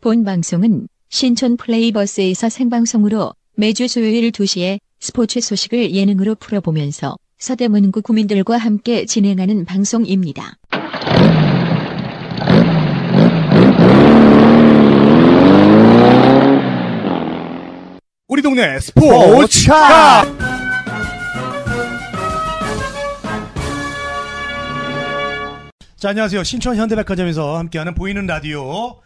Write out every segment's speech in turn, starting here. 본 방송은 신촌 플레이버스에서 생방송으로 매주 수요일 2시에 스포츠 소식을 예능으로 풀어보면서 서대문구 구민들과 함께 진행하는 방송입니다. 우리 동네 스포츠카 자 안녕하세요 신촌 현대백화점에서 함께하는 보이는 라디오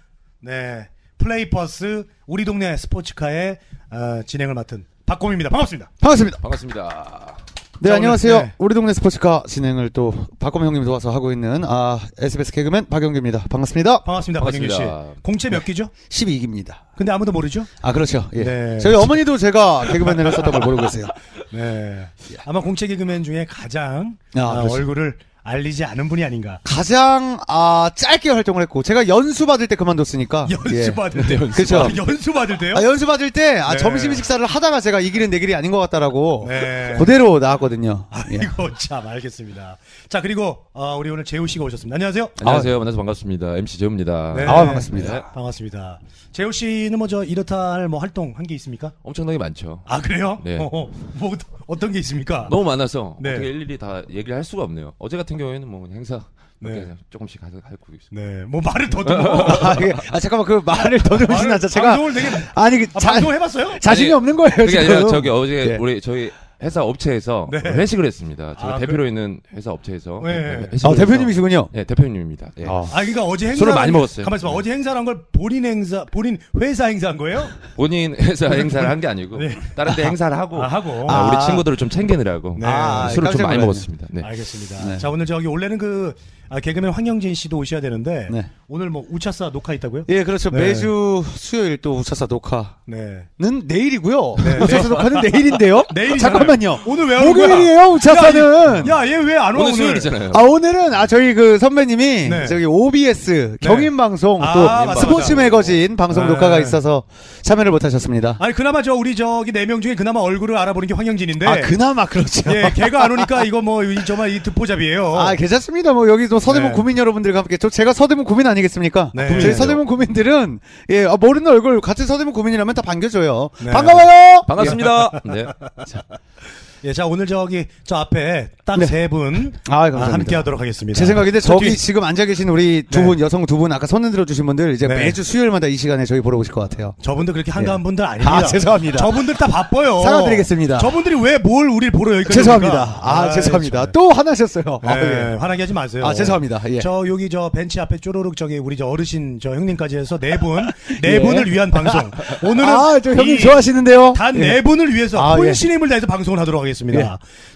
네 플레이버스 우리 동네 스포츠카의 어, 진행을 맡은 박곰입니다 반갑습니다 반갑습니다. 반갑습니다. 네, 자, 안녕하세요. 오늘, 네. 우리 동네 스포츠카 진행을 또 박범 형님 도와서 하고 있는 아, SBS 개그맨 박영규입니다. 반갑습니다. 반갑습니다 박영규 씨 반갑습니다. 공채 몇 기죠 12기입니다. 근데 아무도 모르죠 아, 그렇죠. 예. 네. 저희 어머니도 제가 개그맨을 했었던 걸 모르고 계세요. 네 아마 공채 개그맨 중에 가장 아, 어, 그렇죠. 얼굴을 알리지 않은 분이 아닌가 가장 아, 짧게 활동을 했고 제가 연수 받을 때 그만뒀으니까. 연수 받을 때 네, 그렇죠. 아, 연수 받을 때요 아, 연수 받을 때 아, 네. 점심 식사를 하다가 제가 이 길은 내 길이 아닌 것 같다라고 네. 그대로 나왔거든요. 예. 이거 참 알겠습니다. 자 그리고 어, 우리 오늘 재우 씨가 오셨습니다. 안녕하세요. 안녕하세요. 만나서 반갑습니다. MC 재우입니다. 네. 아, 반갑습니다. 반갑습니다. 재우 씨는 뭐 저 이렇다 할 뭐 활동 한 게 있습니까? 엄청나게 많죠. 아 그래요? 네. 어, 어, 뭐 어떠- 어떤 게 있습니까? 너무 많아서 네. 어떻게 일일이 다 얘기를 할 수가 없네요. 어제 같은 경우에는 뭐 그냥 행사 몇 네. 개 조금씩 가서 하고 있습니다. 네, 뭐 말을 더듬어. 아, 이게- 아, 잠깐만 그 말을 더듬으시나 말을- 제가 방송을 되게 아, 아니 그 자, 방송 해봤어요? 자신이 아니, 없는 거예요 그게 아니라 지금. 저기 어제 예. 우리 저희 회사 업체에서 네. 회식을 했습니다. 제가 아, 대표로 있는 회사 업체에서 네. 회식을 아, 해서- 대표님이시군요. 네, 대표님입니다. 예. 아. 아 그러니까 어제 행사 술을 많이 먹었어요. 가만 있어봐. 네. 어제 행사란 걸 본인 행사, 본인 회사 행사한 거예요? 본인 회사 행사를 한 게 아니고 네. 다른 데 행사를 하고 아, 하고. 아, 아. 우리 친구들을 좀 챙기느라고 네. 아, 아, 술을 좀 깜짝 많이 놀랐네요. 먹었습니다. 네. 알겠습니다. 네. 자 오늘 저기 원래는 그 아, 개그맨 황영진 씨도 오셔야 되는데 네. 오늘 뭐 우차사 녹화 있다고요? 예, 그렇죠. 네. 매주 수요일 또 우차사 녹화는 네. 내일이고요. 우차사 녹화는 내일인데요. 내일이잖아요. 잠깐만요. 오늘 왜 오는 거야? 목요일이에요. 우차사는. 야, 얘 왜 안 와, 오늘 오늘? 수요일이잖아요. 아 오늘은 아 저희 그 선배님이 네. 저기 OBS 네. 경인 방송 아, 또 맞아, 스포츠 맞아. 매거진 방송 네. 녹화가 있어서 참여를 못하셨습니다. 아니, 그나마 저, 우리 저기 네 명 중에 그나마 얼굴을 알아보는 게 황영진인데. 아 그나마 그렇죠. 네. 예, 걔가 안 오니까 이거 뭐, 이, 정말 이 듣보잡이에요. 아 괜찮습니다. 뭐 여기 또 서대문 네. 구민 여러분들과 함께 저 제가 서대문 구민 아니겠습니까? 네. 저희 구민이죠. 서대문 구민들은 예 아, 모르는 얼굴 같은 서대문 구민이라면 다 반겨줘요. 네. 반가워요. 반갑습니다. 네. 예, 자, 오늘 저기, 저 앞에 딱 세 분. 아, 감사합니다. 함께 하도록 하겠습니다. 제 생각인데 저 저기 뒤- 지금 앉아 계신 우리 두 네. 분 여성 두 분 아까 손흔 들어 주신 분들 이제 네. 매주 수요일마다 이 시간에 저희 보러 오실 것 같아요. 저분들 그렇게 한가한 예. 분들 아닙니다. 아, 죄송합니다. 저분들 다 바빠요. 사과드리겠습니다. 저분들이 왜 뭘 우리 보러 여기까지 죄송합니다. 옵니까? 아, 죄송합니다. 정말. 또 화나셨어요. 예, 아, 예. 화나게 하지 마세요. 아, 죄송합니다. 예. 어. 저 여기 저 벤치 앞에 쪼르륵 저기 우리 저 어르신 저 형님까지 해서 네 분, 네 예. 분을 위한 방송. 오늘은 아, 저 형님 이 좋아하시는데요. 단 예. 네 분을 위해서 아, 혼신의 힘을 다해서 방송을 하도록 하겠습니다.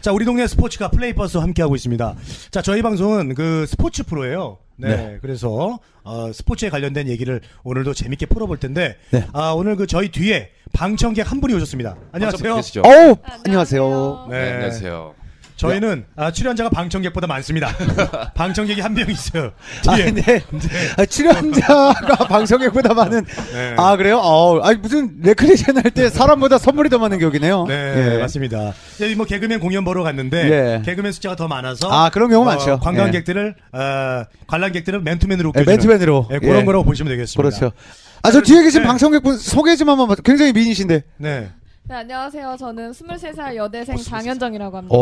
자, 우리 동네 스포츠카 플레이버스 함께하고 있습니다. 자, 저희 방송은 그 스포츠 프로예요. 네, 그래서 어, 스포츠에 관련된 얘기를 오늘도 재밌게 풀어볼 텐데 네. 아, 오늘 그 저희 뒤에 방청객 한 분이 오셨습니다. 안녕하세요. 계시죠? 어우, 안녕하세요. 네, 네. 안녕하세요. 저희는 아, 출연자가 방청객보다 많습니다. 방청객이 한 명 있어요. 아, 뒤에. 근데 아, 출연자가 방송객보다 많은 네. 아 그래요? 어, 아니 무슨 레크레이션 할 때 사람보다 선물이 더 많은 격이네요. 네, 예. 맞습니다. 여기 뭐 개그맨 공연 보러 갔는데 예. 개그맨 숫자가 더 많아서 어, 아, 그런 경우 많죠. 관광객들을 어, 관람객들은 맨투맨으로 예, 웃겨주는. 맨투맨으로. 예, 그런 예. 거라고 보시면 되겠습니다. 그렇죠. 아 저 뒤에 계신 네. 방청객분 소개 좀 한번 받- 굉장히 미인이신데. 네. 네, 안녕하세요. 저는 23살 여대생 장현정이라고 합니다.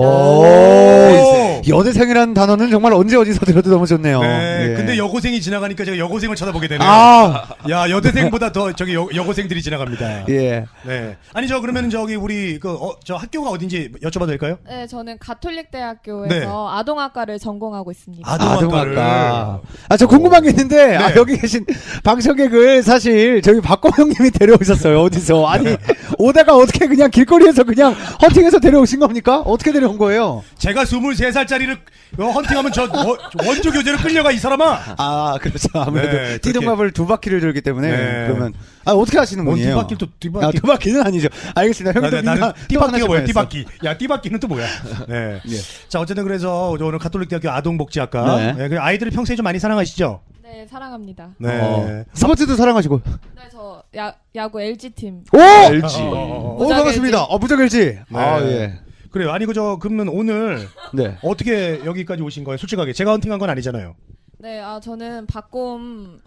오, 여대생이라는 단어는 정말 언제 어디서 들어도 너무 네. 좋네요. 네, 예. 근데 여고생이 지나가니까 제가 여고생을 쳐다보게 되네요. 아, 야, 여대생보다 더 저기 여, 여고생들이 지나갑니다. 예. 네. 아니 저 그러면 저기 우리 그 어, 저 학교가 어딘지 여쭤봐도 될까요? 네, 저는 가톨릭대학교에서 네. 아동학과를 전공하고 있습니다. 아동학과를. 아동학과. 아, 저 궁금한 게 있는데, 아, 여기 계신 방청객을 사실 저희 박공 형님이 데려오셨어요, 어디서. 아니, 오다가 어떻게 그냥 길거리에서 그냥 헌팅해서 데려오신 겁니까? 어떻게 데려온 거예요? 제가 23살짜리를 어, 헌팅하면 저 원- 원조 교재로 끌려가 이 사람아. 아, 그렇죠. 아무래도 네, 띠동갑을 두 바퀴를 돌기 때문에. 네. 그러면. 아, 어떻게 하시는 뭔 분이에요? 뒷바퀴도 뒷바퀴. 아, 두 바퀴는 아니죠. 알겠습니다. 나, 형님도 네, 나, 나는 또 하나 띠바퀴가 뭐야? 실패했어. 띠바퀴. 야, 띠바퀴는 또 뭐야? 네. 예. 자, 어쨌든 그래서 오늘 가톨릭대학교 아동복지학과. 네. 예, 그 아이들을 평소에 좀 많이 사랑하시죠? 네, 사랑합니다. 네. 어, 스포츠도 사랑하시고. 네, 저 야, 야구 LG팀. 오! LG. 어, 어, 어. 오, 반갑습니다. 어, 부적일지. 아, 예. 그래요. 아니 그저 그러면 오늘 네. 어떻게 여기까지 오신 거예요? 솔직하게 제가 헌팅한 건 아니잖아요. 네, 아 저는 박곰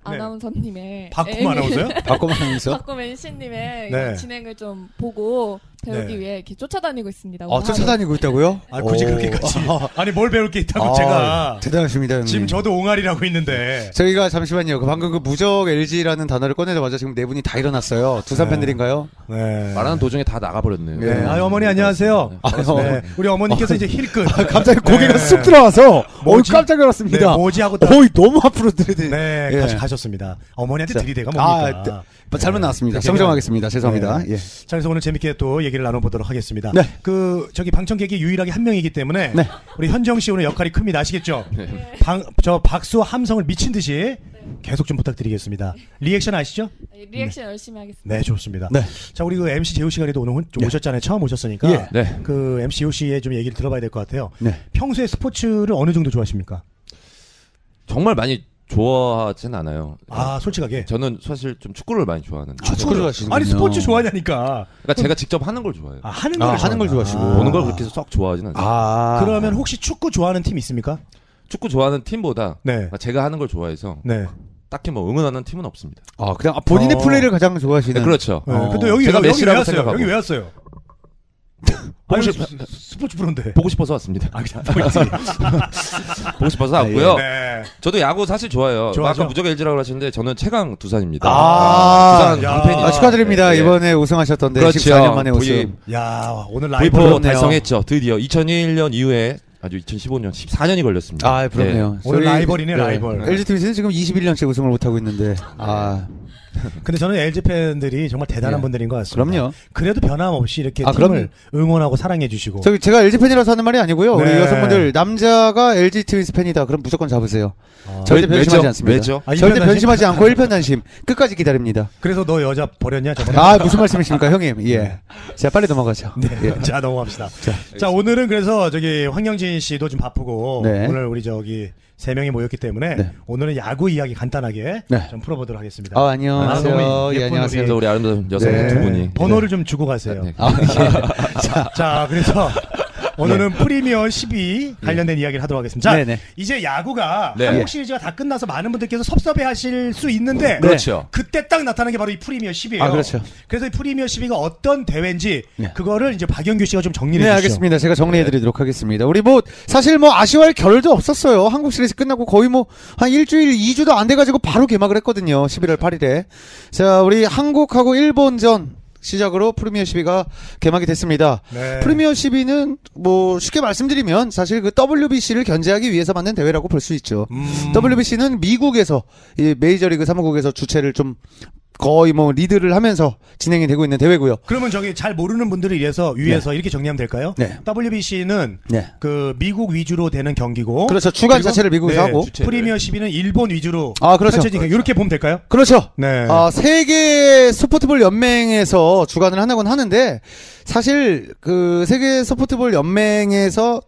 아나운서님의 바꿈 아나운서요? 바꿔만 하면서. 박곰 NC님의 네. 진행을 좀 보고 배우기 네. 위해 이렇게 쫓아다니고 있습니다. 아, 오늘 쫓아다니고 있다고요? 아, 굳이 오. 그렇게까지. 아니, 뭘 배울 게 있다고 어. 아, 음. 제가. 대단하십니다, 형님. 지금 저도 옹알이라고 있는데. 저희가 잠시만요. 그 방금 그 무적 LG라는 단어를 꺼내자마자 지금 네 분이 다 일어났어요. 두산 네. 팬들인가요? 네. 말하는 도중에 다 나가버렸네요. 네. 아, 어머니 안녕하세요. 예. 아, 어. 네. 우리 어머니께서 이제 힐끗. 아, 갑자기 고개가 네. 쑥 들어와서 어이 뭐지? 깜짝 네, 놀랐습니다. 뭐지 하고 딱. 어이 너무 앞으로 들이대. 네, 예. 다시 가셨습니다. 어머니한테 자, 들이대가 아, 뭡니까? 잘못 네. 나왔습니다. 되게 정정하겠습니다. 죄송합니다. 네. 예. 자, 그래서 오늘 재밌게 또 얘기를 나눠보도록 하겠습니다. 네. 그, 저기 방청객이 유일하게 한 명이기 때문에. 네. 우리 현정 씨 오늘 역할이 큽니다. 아시겠죠? 네. 방, 저 박수와 함성을 미친 듯이 계속 좀 부탁드리겠습니다. 리액션 아시죠? 네, 리액션 열심히 하겠습니다. 네, 좋습니다. 네. 자, 우리 그 MC 재호 씨가 그래도 오늘 좀 예. 오셨잖아요. 처음 오셨으니까. 예. 네. 그 MC 재호 씨의 좀 얘기를 들어봐야 될 것 같아요. 네. 평소에 스포츠를 어느 정도 좋아하십니까? 정말 많이 좋아하진 않아요. 아, 솔직하게. 저는 사실 좀 축구를 많이 좋아하는데. 아, 축구 좋아하시는 아니, 스포츠 좋아하냐니까. 그러니까 제가 직접 하는 걸 좋아해요. 아, 하는 아, 걸 하는 걸 좋아하나. 좋아하시고. 보는 걸 그렇게 해서 썩 좋아하진 않아요. 아. 그러면 혹시 축구 좋아하는 팀 있습니까? 축구 좋아하는 팀보다 그러니까 네. 제가 하는 걸 좋아해서 네. 딱히 뭐 응원하는 팀은 없습니다. 아, 그냥 아, 본인의 어. 플레이를 가장 좋아하시는 네, 그렇죠. 네. 어. 근데 여기, 제가 여기 왜 메시라고 왔어요? 생각하고. 여기 왜 왔어요? 아니, 혹시- 스- 스포츠 프로인데. 보고 싶어서 왔습니다. 아, 그냥 보이지. 보고 싶어서 아, 왔고요. 네. 저도 야구 사실 좋아해요. 좋아하죠? 아까 무적 LG라고 하시는데 저는 최강 두산입니다. 아, 두산 야. 강팬이죠. 아, 축하드립니다. 네, 네. 이번에 우승하셨던데 그렇죠. 14년 만에 우승. V- 야, 오늘 V4 라이브 부럽네요. 달성했죠. 드디어 2001년 이후에 아주 2015년 14년이 걸렸습니다. 아, 부럽네요. 오늘 저희- 라이벌이네, 라이벌. LG 팀에서는 지금 21년째 우승을 못 하고 있는데. 아, 근데 저는 LG 팬들이 정말 대단한 예. 분들인 것 같습니다. 그럼요. 그래도 변함없이 이렇게 아, 팀을 응원하고 사랑해 주시고 저기 제가 LG 팬이라서 하는 말이 아니고요. 우리 네. 여성분들 남자가 LG 트윈스 팬이다. 그럼 무조건 잡으세요. 아, 절대 왜- 변심하지 왜죠? 않습니다. 왜죠? 아, 절대 일편단심? 변심하지 않고 일편단심 끝까지 기다립니다. 그래서 너 여자 버렸냐 저번에 아 무슨 말씀이십니까, 형님? 예. 자 빨리 넘어가죠. 네. 예. 자 넘어갑시다. 자, 오늘은 그래서 저기 황영진 씨도 좀 바쁘고 네. 오늘 우리 저기 세 명이 모였기 때문에 네. 오늘은 야구 이야기 간단하게 네. 좀 풀어보도록 하겠습니다. 아 안녕하세요. 아, 너무 예쁜 예, 안녕하세요. 그래서 우리 아름다운 여성 네. 두 분이 번호를 좀 주고 가세요. 네. 아, 예. 자 그래서 오늘은 프리미어 12 관련된 이야기를 하도록 하겠습니다. 자 네, 네. 이제 야구가 네. 한국 시리즈가 다 끝나서 많은 분들께서 섭섭해하실 수 있는데 그렇죠. 그때 딱 나타나는 게 바로 이 프리미어 10이에요. 네. 아, 그렇죠. 그래서 이 프리미어 10가 어떤 대회인지 네. 그거를 이제 박영규 씨가 좀 정리해 네, 주시죠. 알겠습니다. 제가 정리해드리도록 하겠습니다. 우리 뭐, 사실 뭐, 아쉬워할 겨를도 없었어요. 한국 시리즈 끝나고 거의 뭐, 한 일주일, 2주도 안 돼가지고 바로 개막을 했거든요. 11월 8일에. 자, 우리 한국하고 일본전 시작으로 프리미어 12가 개막이 됐습니다. 네. 프리미어 12는 뭐, 쉽게 말씀드리면 사실 그 WBC를 견제하기 위해서 만든 대회라고 볼 수 있죠. 음. WBC는 미국에서 이 메이저리그 사무국에서 주최를 좀 거의 뭐 리드를 하면서 진행이 되고 있는 대회고요. 그러면 저기 잘 모르는 분들을 위해서 위해서 이렇게 정리하면 될까요? 네. WBC는 네. 그 미국 위주로 되는 경기고 그렇죠. 그리고- 주간 네, 자체를 미국에서 하고 주최를. 프리미어 12는 일본 위주로 아, 그렇죠. 펼쳐지니까 이렇게 보면 될까요? 그렇죠. 네. 아, 세계 스포츠볼 연맹에서 주관을 한다곤 하는데 사실 그 세계 스포츠볼 연맹에서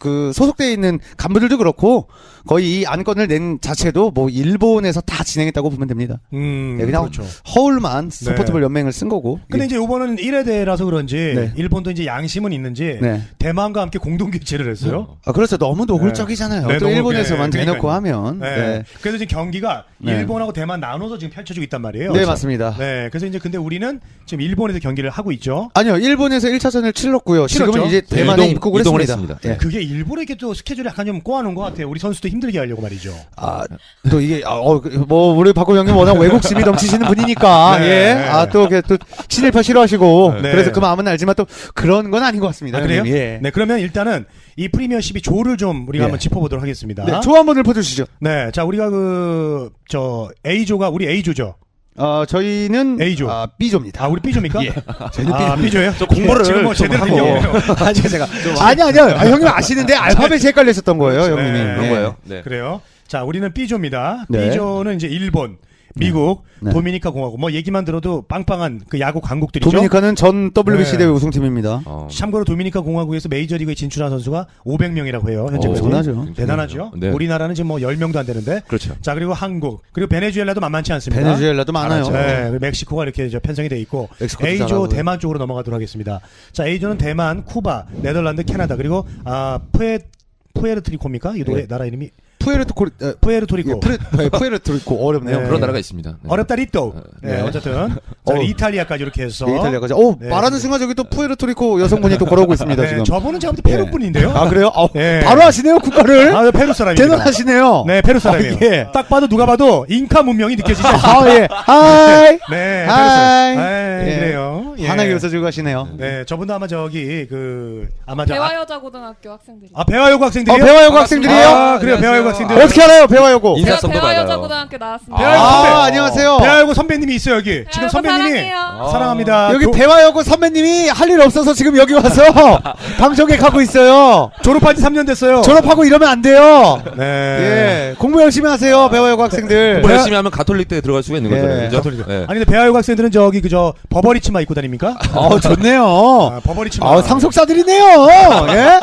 그 소속돼 있는 간부들도 그렇고 거의 이 안건을 낸 자체도 뭐 일본에서 다 진행했다고 보면 됩니다. 음, 네, 그냥 그렇죠. 허울만 스포츠볼 연맹을 쓴 거고. 근데 이제 이번은 1회 대회라서 그런지 예. 네. 일본도 이제 양심은 있는지 네. 대만과 함께 공동 개최를 했어요. 아, 그렇죠. 너무 노골적이잖아요. 네, 또 너무- 일본에서만 네, 대놓고 그러니까요. 하면. 네. 네. 그래서 지금 경기가 네. 일본하고 대만 나눠서 지금 펼쳐지고 있단 말이에요. 네, 맞습니다. 네, 그래서 이제 근데 우리는 지금 일본에서 경기를 하고 있죠. 아니요. 일본에서 1차전을 치렀고요. 치렀죠. 지금은 이제 네, 대만에 이동- 입국을 이동을 했습니다. 했습니다. 네. 예. 그게 일본에게 또 스케줄을 약간 좀 꼬아놓은 것 같아요. 우리 선수도 힘들게 하려고 말이죠. 아, 또 이게, 아, 어, 그, 뭐, 우리 박호 형님 워낙 외국심이 넘치시는 분이니까, 네, 예. 네. 아, 또, 이렇게 또, 친일파 싫어하시고, 네. 그래서 그 마음은 알지만 또, 그런 건 아닌 것 같습니다. 아, 그래요? 형님, 예. 네, 그러면 일단은 이 프리미어 12 조를 좀 우리가 예. 한번 짚어보도록 하겠습니다. 네, 조한 번을 퍼주시죠. 네, 자, 우리가 그, 저, A조가 우리 A조죠. 어, 저희는. A조. 아, B조입니다. 아, 우리 B조입니까? 예. 아, B조예요? 저 공부를 지금 뭐 좀 제대로 하고. 된거예요 아니, 제가. 아니, 아니요. 아, 형님 아시는데, 알파벳이 헷갈리셨던 거예요, 형님이. 네. 그런 예. 거예요. 네. 그래요. 자, 우리는 B조입니다. 네. B조는 이제 일본, 미국, 네. 도미니카 공화국, 뭐 얘기만 들어도 빵빵한 그 야구 강국들이죠. 도미니카는 전 WBC 네. 대회 우승팀입니다. 어. 참고로 도미니카 공화국에서 메이저리그에 진출한 선수가 500명이라고 어, 해요. 현재까지. 오, 어, 대단하죠. 대단하죠. 네. 우리나라는 지금 뭐 10명도 안 되는데. 그렇죠. 자, 그리고 한국, 그리고 베네수엘라도 만만치 않습니다. 베네수엘라도 많아요. 네, 멕시코가 이렇게 저 편성이 돼 있고 멕시코도 A조 잘하고요. 대만 쪽으로 넘어가도록 하겠습니다. 자, A조는 대만, 쿠바, 네덜란드, 캐나다 그리고 아 푸에 푸에르트리코입니까? 이 노래 네. 나라 이름이 푸에르토코 어, 푸에르토리코. 예, 푸레- 예, 푸에르토리코 어렵네요. 네. 그런 나라가 있습니다. 네. 어렵다리또. 네. 네. 어쨌든 저는 어. 이탈리아까지 이렇게 해서. 예, 이탈리아까지. 오 네. 말하는 순간 저기 또 푸에르토리코 여성분이 또 걸어오고 있습니다 네, 지금. 저분은 제가 볼 때 페루 예. 분인데요. 아 그래요? 아, 네. 바로 하시네요 국가를. 아, 페루 사람입니다. 대단하시네요. 네, 페루 사람이에요. 아, 예. 딱 봐도 누가 봐도 잉카 문명이 느껴지죠. 아 예. 하이. 네, 페루 하이. 사람. 네, 예. 그래요. 예. 환하게 웃어주고 가시네요. 네, 저분도 아마 저기 그 아마 저 아, 대화여자고등학교 학생들이. 아 배화여고 학생들이요? 어, 배화여고 반갑습니다. 네. 학생들이에요? 아, 그래요. 배화여고 안녕하세요. 학생들. 어떻게 알아요 배화여고? 인- 제가 인사성도 맞아요. 대화여자고등학교 나왔습니다. 배화여고 아, 선배. 아 안녕하세요. 배화여고 선배님이 있어요 여기. 지금 대화여고 선배님이 네, 아. 사랑해요. 합니다 아, 여기 배화여고 선배님이 할 일 없어서 지금 여기 와서 방송에 가고 있어요. 졸업한 지 3년 됐어요. 졸업하고 이러면 안 돼요. 네. 예. 공부 열심히 하세요, 배화여고 학생들. 공부 뭐 열심히 하면 가톨릭 대 들어갈 수가 있는 예, 거잖아요. 그죠? 가톨릭. 예. 아니 근데 배화여고 학생들은 저기 그저 버버리 치마 입고 다닙니까? 어, 좋네요. 아, 버버리 치마. 아, 상속사들이네요. 예?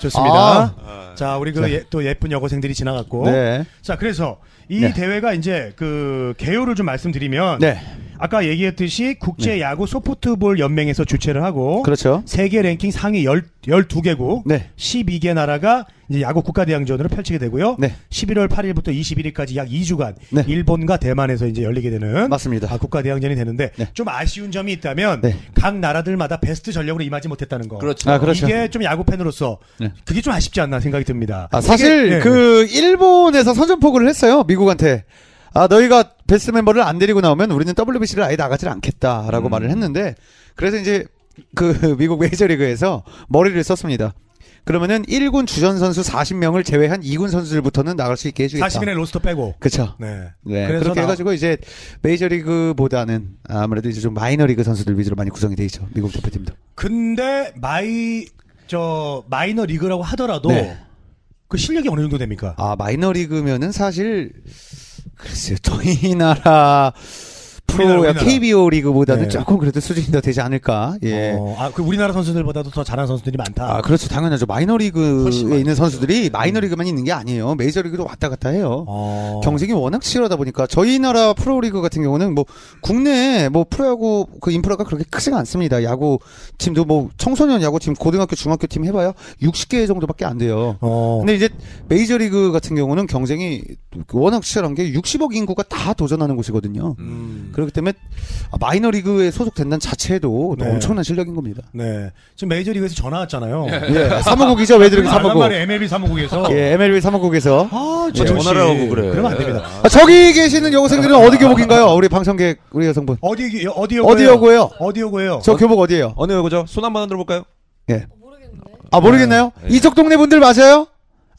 좋습니다. 자, 우리 그 또 예쁜 여고생들이 지나갔고. 아. 네. 자, 그래서 이 네. 대회가 이제 그 개요를 좀 말씀드리면 네. 아까 얘기했듯이 국제 야구 소프트볼 연맹에서 주최를 하고 그렇죠. 세계 랭킹 상위 1 2 개국 네. 12개 나라가 이제 야구 국가대항전으로 펼치게 되고요. 네. 11월 8일부터 21일까지 약 2주간 네. 일본과 대만에서 이제 열리게 되는 맞습니다. 아, 국가대항전이 되는데 네. 좀 아쉬운 점이 있다면 네. 각 나라들마다 베스트 전력으로 임하지 못했다는 거. 그렇죠. 아, 그렇죠. 이게 좀 야구 팬으로서 네. 그게 좀 아쉽지 않나 생각이 듭니다. 아, 사실 되게- 예, 네, 그 일본에서 선전포고를 했어요. 미국한테. 아, 너희가 베스트 멤버를 안 데리고 나오면 우리는 WBC를 아예 나가질 않겠다라고 음. 말을 했는데 그래서 이제 그 미국 메이저리그에서 머리를 썼습니다. 그러면은 1군 주전 선수 40명을 제외한 2군 선수들부터는 나갈 수 있게 해 주겠다. 40인의 네. 로스터 빼고. 그렇죠. 네. 네, 그래서 그렇게 나- 해가지고 이제 메이저리그보다는 아무래도 이제 좀 마이너리그 선수들 위주로 많이 구성이 돼 있죠 미국 대표팀도. 근데 마이 저 마이너 리그라고 하더라도 네. 그 실력이 어느 정도 됩니까? 아 마이너리그면은 사실 글쎄요 저희 나라 프로 우리나라, 야 우리나라. KBO 리그보다는 네. 조금 그래도 수준이 더 되지 않을까. 예. 어, 아, 그 우리나라 선수들보다도 더 잘하는 선수들이 많다. 아 그렇죠 당연하죠 마이너리그에 있는 네. 선수들이 마이너리그만 있는 게 아니에요 메이저리그도 왔다 갔다 해요. 어. 경쟁이 워낙 치열하다 보니까 저희 나라 프로리그 같은 경우는 뭐 국내에 뭐 프로야구 그 인프라가 그렇게 크지가 않습니다. 야구 팀도 뭐 청소년 야구 팀, 고등학교, 중학교 팀 해봐야 60개 정도밖에 안 돼요. 어. 근데 이제 메이저리그 같은 경우는 경쟁이 워낙 치열한 게 60억 인구가 다 도전하는 곳이거든요. 음. 그렇기 때문에 마이너리그에 소속된다는 자체도 또 네. 엄청난 실력인 겁니다. 네. 지금 메이저리그에서 전화 왔잖아요. 아, 예, 사무국이죠 외드리그 사무국. 말에 MLB 사무국에서. 예, 뭐 MLB 사무국에서. 아, 왜 재훈 씨. 전화를 하고 그래. 그러면 안 됩니다. 아, 저기 계시는 여고생들은 어디 교복인가요? 우리 방청객 우리 여성분. 어디 아, 어디 여고예요? 어디 여고예요? 어디 여고예요? 저 교복 어디예요? 어느 여고죠? 손 한번 흔들어 볼까요? 모르겠는데. 아 모르겠나요? 네. 이쪽 동네 분들 맞아요?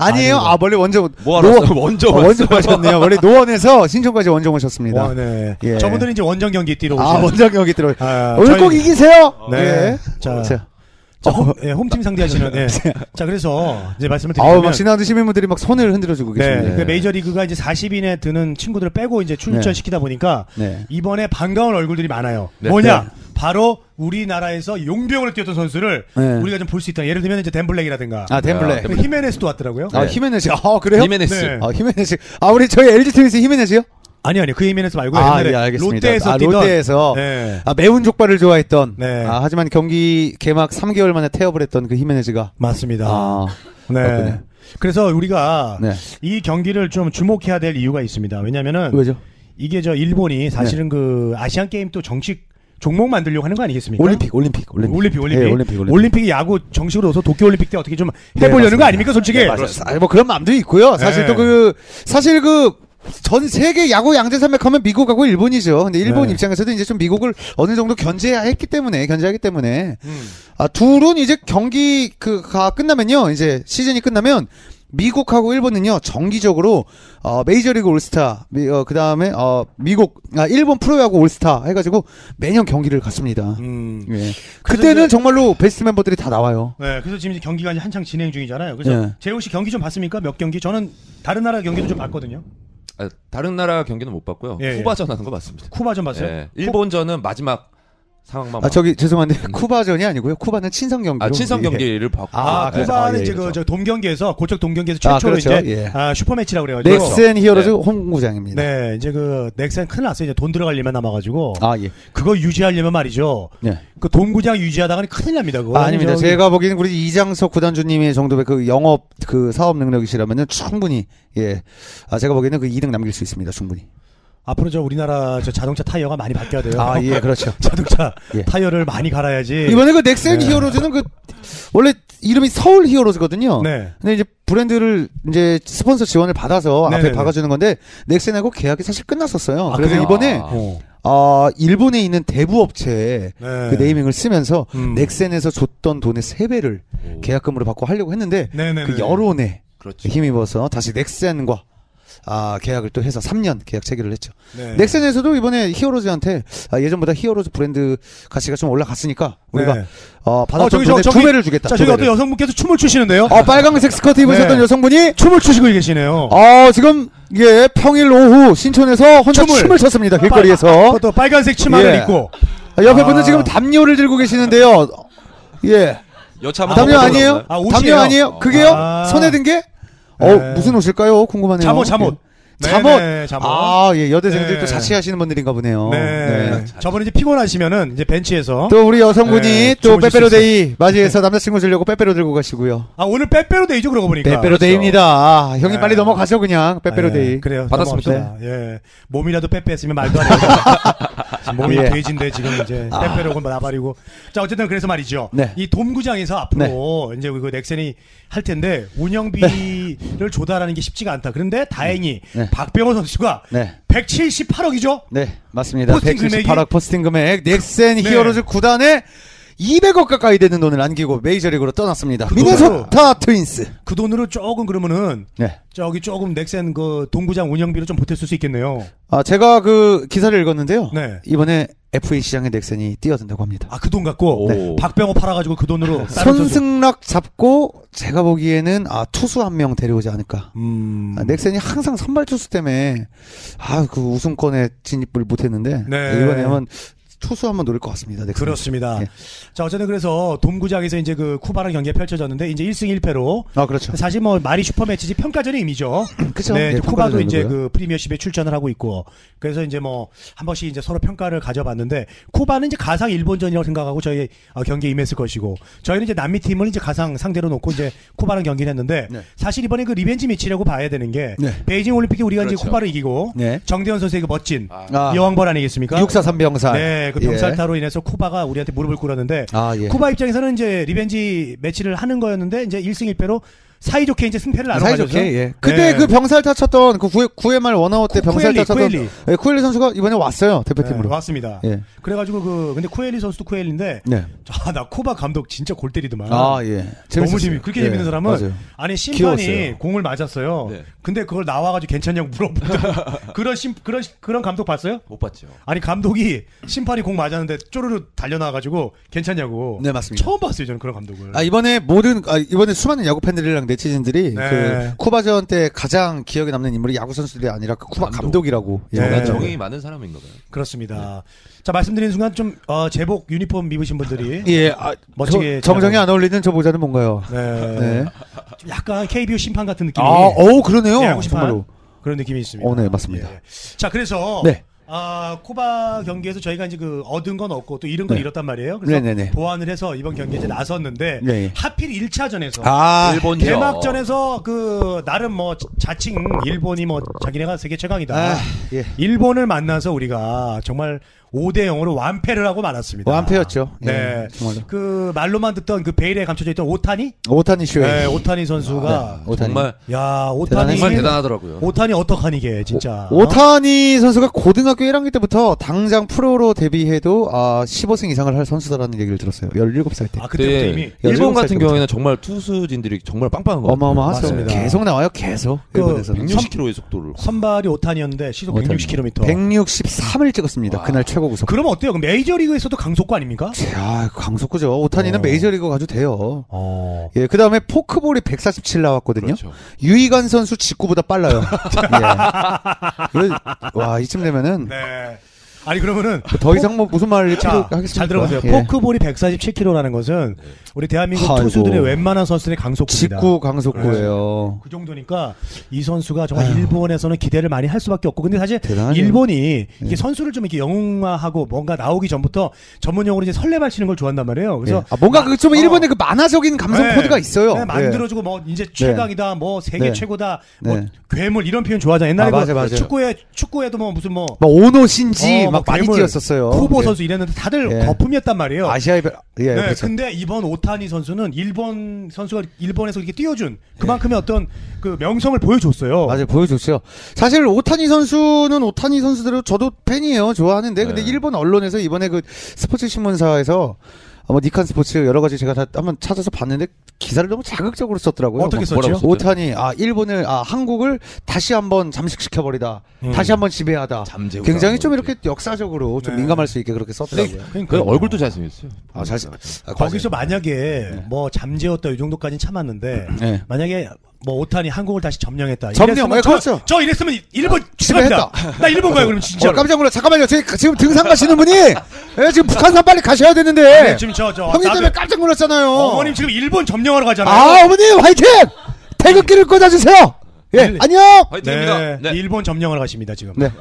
아니에요? 아닙니다. 아 원래 원정 뭐 알았어? 노원- 먼저 어, 왔어요. 원정 오셨네요. 원래 노원에서 신촌까지 원정 오셨습니다. 와, 네. 예. 저분들은 이제 원정 경기 뛰러 오시는. 아 원정 여기 들어. 아, 오늘 저희- 꼭 이기세요. 예. 네. 자, 자, 자. 어. 자, 아, 홈, 예, 홈팀 상대하시는. 예. 자, 그래서 이제 말씀을 네. 아우 막 드리면 지나가는 시민분들이 막 손을 흔들어주고 네, 계십니다. 그 메이저 리그가 이제 40인에 드는 친구들을 빼고 이제 네. 출전 시키다 보니까 네. 이번에 반가운 얼굴들이 많아요. 네. 뭐냐? 바로 우리나라에서 용병으로 뛰었던 선수를 네. 우리가 좀 볼 수 있다. 예를 들면 이제 덴블랙이라든가. 아 덴블레. 아, 그 히메네스도 왔더라고요. 아 네. 히메네스. 아 그래요? 히메네스. 네. 아 히메네스. 아 우리 저희 LG 트윈스 히메네스요? 아니 아니 그 히메네스 말고 아, 옛날에 예, 알겠습니다. 롯데에서 아, 뛰던 롯데에서. 네. 아 매운 족발을 좋아했던. 네. 아 하지만 경기 개막 3개월 만에 태업을 했던 그 히메네스가. 맞습니다. 아 네. 그렇군요. 그래서 우리가 네. 이 경기를 좀 주목해야 될 이유가 있습니다. 왜냐면은 아, 왜죠? 네. 이게 저 일본이 사실은 그 아시안 게임 또 정식 종목 만들려고 하는 거 아니겠습니까? 올림픽, 올림픽, 올림픽, 올림픽, 올림픽. 예, 올림픽, 올림픽. 올림픽이 야구 정식으로 넣어서 도쿄올림픽 때 어떻게 좀 해보려는 거 맞습니다. 아닙니까, 솔직히? 맞아요. 아, 뭐 그런 마음도 있고요. 사실 네. 또 그 사실 그 전 세계 야구 양대산맥 하면 미국하고 일본이죠. 근데 일본 네. 입장에서도 이제 좀 미국을 어느 정도 견제했기 때문에 견제하기 때문에 음. 아 둘은 이제 경기 그가 끝나면요. 이제 시즌이 끝나면 미국하고 일본은요 정기적으로 어, 메이저리그 올스타 미- 어, 그 다음에 어, 미국 아 일본 프로야구 올스타 해가지고 매년 경기를 갔습니다. 음. 예. 그때는 이제- 정말로 베스트 멤버들이 다 나와요. 네, 그래서 지금 이제 경기가 이제 한창 진행 중이잖아요. 그래서 예. 재호 씨 경기 좀 봤습니까? 몇 경기? 저는 다른 나라 경기도 좀 봤거든요. 아, 다른 나라 경기는 못 봤고요. 예, 예. 후바전 하는 거 맞습니다. 네. 쿠바 좀 봤어요. 예. 일본전은 마지막 상황만. 아, 아, 저기 죄송한데 음. 쿠바전이 아니고요. 쿠바는 예. 친선 경기. 아 친선 경기를 봤고. 네. 아, 아, 그래서- 쿠바는 아, 예, 이제 그렇죠. 그, 저, 동경기에서, 고척 동경기에서 최초로 아, 그렇죠. 이제, 예. 아, 슈퍼매치라고 그래가지고. 그렇죠. 넥센 히어로즈 홈구장입니다. 네, 이제 그, 넥센 큰일 났어요. 이제 돈 들어갈 일만 남아가지고. 아 예. 그거 유지하려면 말이죠. 예. 그 동구장 유지하다가는 큰일 납니다. 그거. 아, 아닙니다. 저기- 제가 보기에는 우리 이장석 구단주님의 정도의 그 영업 그 사업 능력이시라면은 충분히 예. 아 제가 보기에는 그 2등 남길 수 있습니다. 충분히. 앞으로 저 우리나라 저 자동차 타이어가 많이 바뀌어야 돼요. 아 예, 그렇죠. 자동차 예. 타이어를 많이 갈아야지. 이번에 그 넥센 네. 히어로즈는 그 원래 이름이 서울 히어로즈거든요. 네. 근데 이제 브랜드를 이제 스폰서 지원을 받아서 앞에 네네네. 박아주는 건데 넥센하고 계약이 사실 끝났었어요. 아, 그래서 그래요? 이번에 아. 어. 아 일본에 있는 대부 업체에 네. 그 네이밍을 쓰면서 음. 넥센에서 줬던 돈의 세 배를 오. 계약금으로 받고 하려고 했는데 네네네. 그 여론에 그렇죠. 힘입어서 다시 넥센과 아 계약을 또 해서 3년 계약 체결을 했죠. 네. 넥센에서도 이번에 히어로즈한테 아, 예전보다 히어로즈 브랜드 가치가 좀 올라갔으니까 우리가 네. 어, 아, 받았던 저기, 돈의 저, 두 저기- 배를 주겠다. 자, 두 저기 어떤 배를. 여성분께서 춤을 추시는데요. 어, 빨강색 스커트 입으셨던 네. 여성분이 춤을 추시고 계시네요. 어, 지금 예 평일 오후 신촌에서 혼자 춤을. 아, 춤을 췄습니다 길거리에서 또 빨간색 치마를 예. 입고. 아, 옆에 아. 분은 지금 담요를 들고 계시는데요 예 여차만 담요 하고 아니에요 아, 옷이에요? 담요 아니에요 그게요 아. 손에 든게 어 네. 무슨 옷일까요 궁금하네요 잠옷, 잠옷. 예. 네, 잠옷 네, 잠옷. 아예 여대생들 네. 또 자취하시는 분들인가 보네요 네. 네. 저번에 이제 피곤하시면은 이제 벤치에서. 또 우리 여성분이 네, 또 주무실 수 네. 빼빼로데이 맞이해서 남자친구 주려고 빼빼로 들고 가시고요 아, 오늘 빼빼로데이죠, 그러고 보니까. 빼빼로데이입니다 아, 형님 네. 빨리 넘어가죠 그냥 아, 빼빼로데이 예, 그래요. 받았습니까? 넘어갑시다. 예. 몸이라도 빼빼했으면 말도 안 해요. 지금 몸이 예. 아. 돼지인데 지금 이제 빼빼로고 나발이고. 자, 어쨌든 그래서 말이죠. 네. 이 돔구장에서 앞으로 이제 그 넥센이 할 텐데 운영비를 조달하는 게 쉽지가 않다. 그런데 다행히 네. 박병호 선수가 네. 178억이죠? 네, 맞습니다. 포스팅 금액이? 178억 포스팅 금액. 넥센 네. 히어로즈 구단에 200억 가까이 되는 돈을 안기고 메이저리그로 떠났습니다. 그 미네소타 트윈스. 그 돈으로 조금 그러면은 네. 저기 조금 넥센 그 동구장 운영비를 좀 보탰을 수 있겠네요. 아, 제가 그 기사를 읽었는데요. 네. 이번에 FA 시장에 넥센이 뛰어든다고 합니다. 아, 그 돈 갖고 네. 박병호 팔아가지고 그 돈으로 다른 선수- 손승락 잡고 제가 보기에는 아, 투수 한 명 데려오지 않을까. 음. 아, 넥센이 항상 선발 투수 때문에 아, 그 우승권에 진입을 못 했는데 네. 이번에는 투수 한번 노릴 것 같습니다. 넥센. 그렇습니다. 예. 자, 어쨌든 그래서 돔구장에서 이제 그 쿠바랑 경기가 펼쳐졌는데 이제 1승 1패로 아, 그렇죠. 사실 뭐 말이 슈퍼매치지 평가전의 의미죠. 그쵸. 네, 이제 네, 쿠바도 이제 평가전이고요. 그 프리미어십에 출전을 하고 있고 그래서 이제 뭐 한 번씩 이제 서로 평가를 가져봤는데 쿠바는 이제 가상 일본전이라고 생각하고 저희 어, 경기에 임했을 것이고 저희는 이제 남미 팀을 이제 가상 상대로 놓고 이제 쿠바랑 경기를 했는데 네. 사실 이번에 그 리벤지 매치라고 봐야 되는 게 네. 베이징 올림픽에 우리가 이제 그렇죠. 쿠바를 이기고 네. 정대현 선수의 그 멋진 아, 여왕벌 아니겠습니까? 643 병살. 네, 그 예. 병살타로 인해서 쿠바가 우리한테 무릎을 꿇었는데 아, 예. 쿠바 입장에서는 이제 리벤지 매치를 하는 거였는데 이제 1승 1패로 사이좋게 이제 승패를 나눠가지고 사이좋게 예. 그때 그 병살 타쳤던 그 9회, 9회 말 원아웃 때 네. 쿠- 병살 쿠엘리, 타쳤던 쿠엘리. 예, 쿠엘리 선수가 이번에 왔어요 대표팀으로. 왔습니다. 예. 네, 그래가지고 그 근데 쿠엘리 선수도 쿠엘리인데 네. 아, 나 쿠바 감독 진짜 골 때리더만. 아 예. 너무 재밌었어요. 재미 그렇게 예, 재밌는 사람은 맞아요. 아니 심판이 귀여웠어요. 공을 맞았어요. 네. 근데 그걸 나와가지고 괜찮냐고 물어보는 그런 심 그런 그런 감독 봤어요? 못 봤죠. 아니 감독이 심판이 공 맞았는데 쪼르르 달려나가지고 괜찮냐고. 네, 맞습니다. 처음 봤어요 저는 그런 감독을. 아 이번에 모든 아, 이번에 수많은 야구 팬들이랑 네티즌들이 네. 그 쿠바전 때 가장 기억에 남는 인물이 야구 선수들이 아니라 그 쿠바 감독. 이라고 예. 네. 정이- 네. 정이 많은 사람인가 봐요. 그렇습니다. 자 말씀드린 순간 좀 어, 제복 유니폼 입으신 분들이 예. 아, 멋지게 저- 정정이 지나가고. 안 어울리는 저 모자는 뭔가요? 네. 네. 좀 약간 KBO 심판 같은 느낌이 아, 어우 그러네요. 예, 야구 심판. 정말로. 그런 느낌이 있습니다. 어, 네, 맞습니다. 예. 자 그래서 네. 아, 코바 경기에서 저희가 이제 그 얻은 건 없고 또 잃은 건 네. 잃었단 말이에요. 그래서 네네네. 보완을 해서 이번 경기에 이제 나섰는데 네, 예. 하필 1차전에서 아, 일본이죠. 개막전에서 그 나름 뭐 자칭 일본이 뭐 자기네가 세계 최강이다. 아, 예. 일본을 만나서 우리가 정말 5대 0으로 완패를 하고 말았습니다. 완패였죠. 예, 네. 정말로. 그 말로만 듣던 그 베일에 감춰져 있던 오타니? 오타니 쇼에. 네, 오타니 선수가 아, 네. 오타니. 정말 야, 오타니 정말 대단하더라고요. 네. 오타니 어떡하니 이게 진짜. 오- 오타니 선수가 고등학교 1학년 때부터 당장 프로로 데뷔해도 아, 15승 이상을 할 선수다라는 얘기를 들었어요. 17살 때. 아, 그때부터 이미 네. 일본 같은 때부터. 경우에는 정말 투수진들이 정말 빵빵한 거. 어마어마하죠. 네. 맞습니다. 계속 나와요. 계속. 그 일본에서는. 160km의 속도를. 선발이 오타니였는데 시속 오타니. 160km. 163을 찍었습니다. 와. 그날 최고 구속. 그럼 어때요? 그럼 메이저리그에서도 강속구 아닙니까? 야, 강속구죠. 오타니는 어. 메이저리그 가도 돼요. 어. 예, 그 다음에 포크볼이 147 나왔거든요. 그렇죠. 유이간 선수 직구보다 빨라요. 예. 그래- 와, 이쯤 되면은 네. 아니 그러면은 더 이상 뭐 무슨 말을 자, 필요하겠습니까? 잘 들어보세요. 예. 네. 포크볼이 147kg라는 것은 우리 대한민국 아이고. 투수들의 웬만한 선수들의 강속구입니다. 직구 강속구예요. 그 정도니까 이 선수가 정말 일본에서는 기대를 많이 할 수밖에 없고 근데 사실 대단하네요. 예. 일본이 이게 선수를 좀 이렇게 영웅화하고 뭔가 나오기 전부터 전문 용어로 이제 설레발 치는 걸 좋아한단 말이에요. 그래서 예. 아, 뭔가 그 좀 어. 일본의 그 만화적인 감성 네. 코드가 있어요. 예. 네, 만들어주고 뭐 이제 최강이다, 뭐 세계 네. 최고다, 뭐 네. 괴물 이런 표현 좋아하잖아요. 옛날에 아, 맞아요, 그 맞아요. 축구에 축구에도 뭐 무슨 뭐 막 오노신지 어, 막 많이 괴물, 뛰었었어요. 쿠보 예. 선수 이랬는데 다들 예. 거품이었단 말이에요. 아시아의 별- 예, 네, 그렇죠. 근데 이번 오타니 선수는 일본 선수가 일본에서 이렇게 띄워준 그만큼의 어떤 그 명성을 보여줬어요. 네. 맞아요, 보여줬어요. 사실 오타니 선수는 오타니 선수대로 저도 팬이에요, 좋아하는데 근데 네. 일본 언론에서 이번에 그 스포츠 신문사에서 아, 뭐 니칸 스포츠 여러 가지 제가 다 한번 찾아서 봤는데 기사를 너무 자극적으로 썼더라고요. 어떻게 막 썼죠? 뭐라고 오타니 아 일본을 아 한국을 다시 한번 잠식시켜 버리다. 음. 다시 한번 지배하다. 잠재우다. 굉장히 좀 이렇게 역사적으로 좀 네. 민감할 수 있게 그렇게 썼더라고요. 그러니까 그 얼굴도 잘생겼어요. 네. 아, 잘 아, 거기서 만약에 뭐 잠재웠다 이 정도까지는 참았는데 네. 만약에 뭐 오타니 한국을 다시 점령했다. 점령, 이랬으면 예, 저, 그렇죠. 저 이랬으면 일본 지배했다. 지배했다. 나 일본 가요 그럼 어, 진짜. 깜짝 놀라. 잠깐만요. 제, 지금 등산 가시는 분이 예, 지금 북한산 빨리 가셔야 되는데. 지금 저저 네. 형님 때문에 깜짝 놀랐잖아요. 어, 어머님 지금 일본 점령하러 가잖아요. 아, 어머님 화이팅! 태극기를 음. 꽂아주세요. 예, 네. 안녕. 화이팅입니다. 네. 일본 점령하러 가십니다 지금. 네.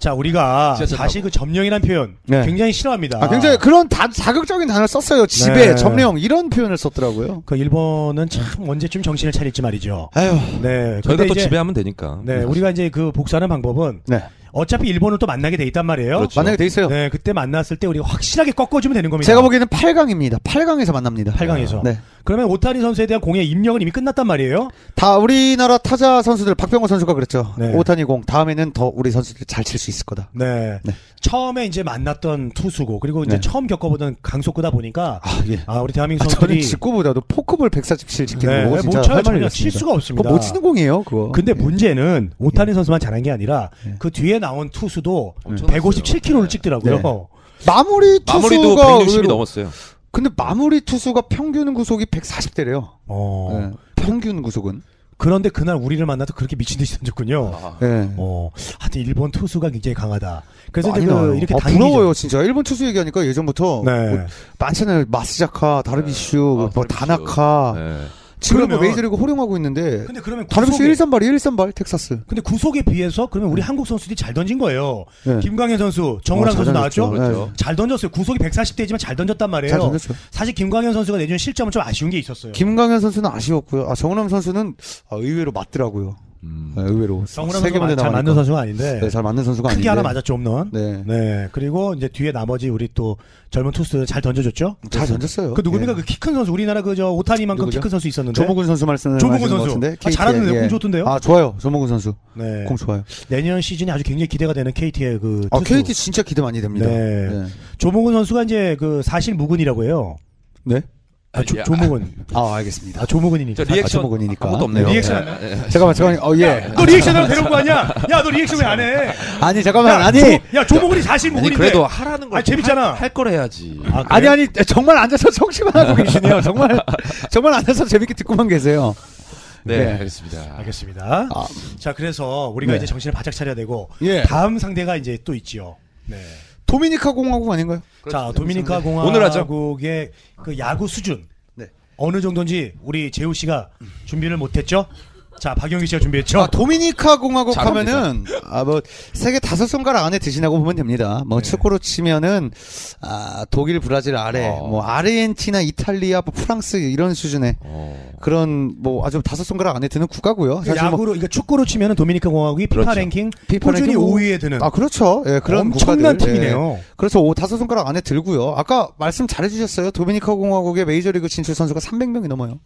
자 우리가 진짜 다시 그 점령이란 표현 네. 굉장히 싫어합니다. 아, 굉장히 그런 다, 자극적인 단어 를 썼어요. 지배, 네. 점령 이런 표현을 썼더라고요. 그 일본은 참 언제쯤 정신을 차릴지 말이죠. 아유, 네. 저희가 근데 또 이제- 지배하면 되니까. 네, 우리가 이제 그 복수하는 방법은 네. 어차피 일본을 또 만나게 돼 있단 말이에요. 그렇죠. 만약에 돼 있어요. 네, 뭐 그때 만났을 때 우리가 확실하게 꺾어주면 되는 겁니다. 제가 보기에는 8강입니다. 8강에서 만납니다. 8강에서. 네. 그러면 오타니 선수에 대한 공의 입력은 이미 끝났단 말이에요. 다 우리나라 타자 선수들 박병호 선수가 그랬죠. 네. 오타니 공 다음에는 더 우리 선수들 잘 칠 수 있을 거다. 네. 네. 처음에 이제 만났던 투수고 그리고 이제 네. 처음 겪어보던 강속구다 보니까 아, 예. 아 우리 대한민국 아, 저는 선수들이 직구보다도 포크볼 147 찍히는 네, 거 못 진짜 쳐요. 할 말이 전혀 칠 없습니다. 수가 없습니다. 그거 못 치는 공이에요, 예. 그거. 네. 근데 문제는 오타니 선수만 잘한 게 아니라 그 뒤에 나온 투수도 엄청났어요. 예. 157km를 네. 찍더라고요. 마무리 마무리도 투수가 160이 의외로- 넘었어요. 근데 마무리 투수가 평균 구속이 140대래요. 네. 어. 예. 평균 구속은. 그런데 그날 우리를 만나도 그렇게 미친 듯이 던졌군요. 네. 어, 하여튼 일본 투수가 굉장히 강하다. 그래서 이제 많이 그 나와요. 이렇게 아, 당기죠. 부러워요 진짜 일본 투수 얘기하니까 예전부터 네. 뭐 많잖아요 마스자카 다르비슈 뭐 아, 다르비슈. 다나카 네. 지금 뭐 그러면- 메이저리그 호령하고 있는데 근데 그러면 다르비슈 구속에- 1선발 1선발 텍사스 근데 구속에 비해서 그러면 우리 한국 선수들이 잘 던진 거예요. 네. 김광현 선수, 정우랑 어, 선수 잘 나왔죠? 던졌죠. 그렇죠. 잘 던졌어요. 구속이 140대지만 잘 던졌단 말이에요. 잘 던졌죠 사실 김광현 선수가 내준 실점은 좀 아쉬운 게 있었어요. 네. 김강현 선수는 아쉬웠고요 아 정우람 선수는 아, 의외로 맞더라고요 음. 네, 의외로 정우람 세게 선수가 문제 잘 맞는 나가니까. 선수가 아닌데 네, 잘 맞는 선수가 크게 아닌데 하나 맞았죠 홈런. 네. 네. 그리고 이제 뒤에 나머지 우리 또 젊은 투수들 잘 던져줬죠. 잘 던졌어요 그 누굽니까 예. 그 키 큰 선수 우리나라 그 저 오타니만큼 키 누구죠? 큰 선수 있었는데. 조목은 선수 말씀을 조목은 하시는 선수. 것 같은데 아, 잘하는데 공 좋던데요? 아 좋아요 조목은 선수 네. 공 좋아요 내년 시즌이 아주 굉장히 기대가 되는 KT의 그 투수. 아 KT 진짜 기대 많이 됩니다 네. 조목은 선수가 이제 그 사실 무근이라고 해요. 네? 아, 조, 야. 조목은. 아 알겠습니다 아, 조목은이니까. 자, 리액션 맞춰먹으니까. 아무것도 없네요. 네, 리액션 네. 잠깐만 잠깐만 어예 너 리액션으로 데려온 거 아니야? 야, 너 리액션 왜 안 해? 아니 잠깐만 아니 조, 야, 조목은이 사실 아니 무근인데. 그래도 하라는 거. 아, 재밌잖아. 할 걸 해야지. 아, 그래요? 아니 아니 정말 앉아서 청취만 하고 계시네요 정말 정말 앉아서 재밌게 듣고만 계세요 네, 네. 알겠습니다. 알겠습니다. 아. 자, 그래서 우리가 네. 이제 정신을 바짝 차려야 되고 예. 다음 상대가 이제 또 있지요. 네. 도미니카 공화국 아닌가요? 자, 도미니카 그렇죠. 오늘 하죠. 공화국의 그 야구 수준 네. 어느 정도인지 우리 재우 씨가 준비를 못했죠? 자, 박영기 씨가 준비했죠? 아 도미니카 공화국 잘합니다. 하면은 아 뭐 세계 다섯 손가락 안에 드신다고 보면 됩니다. 뭐 네. 축구로 치면은 아 독일 브라질 아래 어. 뭐 아르헨티나 이탈리아 뭐 프랑스 이런 수준의 어. 그런 뭐 아주 다섯 손가락 안에 드는 국가고요. 사실 뭐 야구로 그러니까 축구로 치면은 도미니카 공화국이 피파 그렇죠. 랭킹 피파 꾸준히 랭킹 뭐- 5위에 드는 아 그렇죠. 예, 그런 엄청난 국가들. 예. 팀이네요. 그래서 오, 다섯 손가락 안에 들고요. 아까 말씀 잘해주셨어요. 도미니카 공화국의 메이저리그 진출 선수가 300명이 넘어요.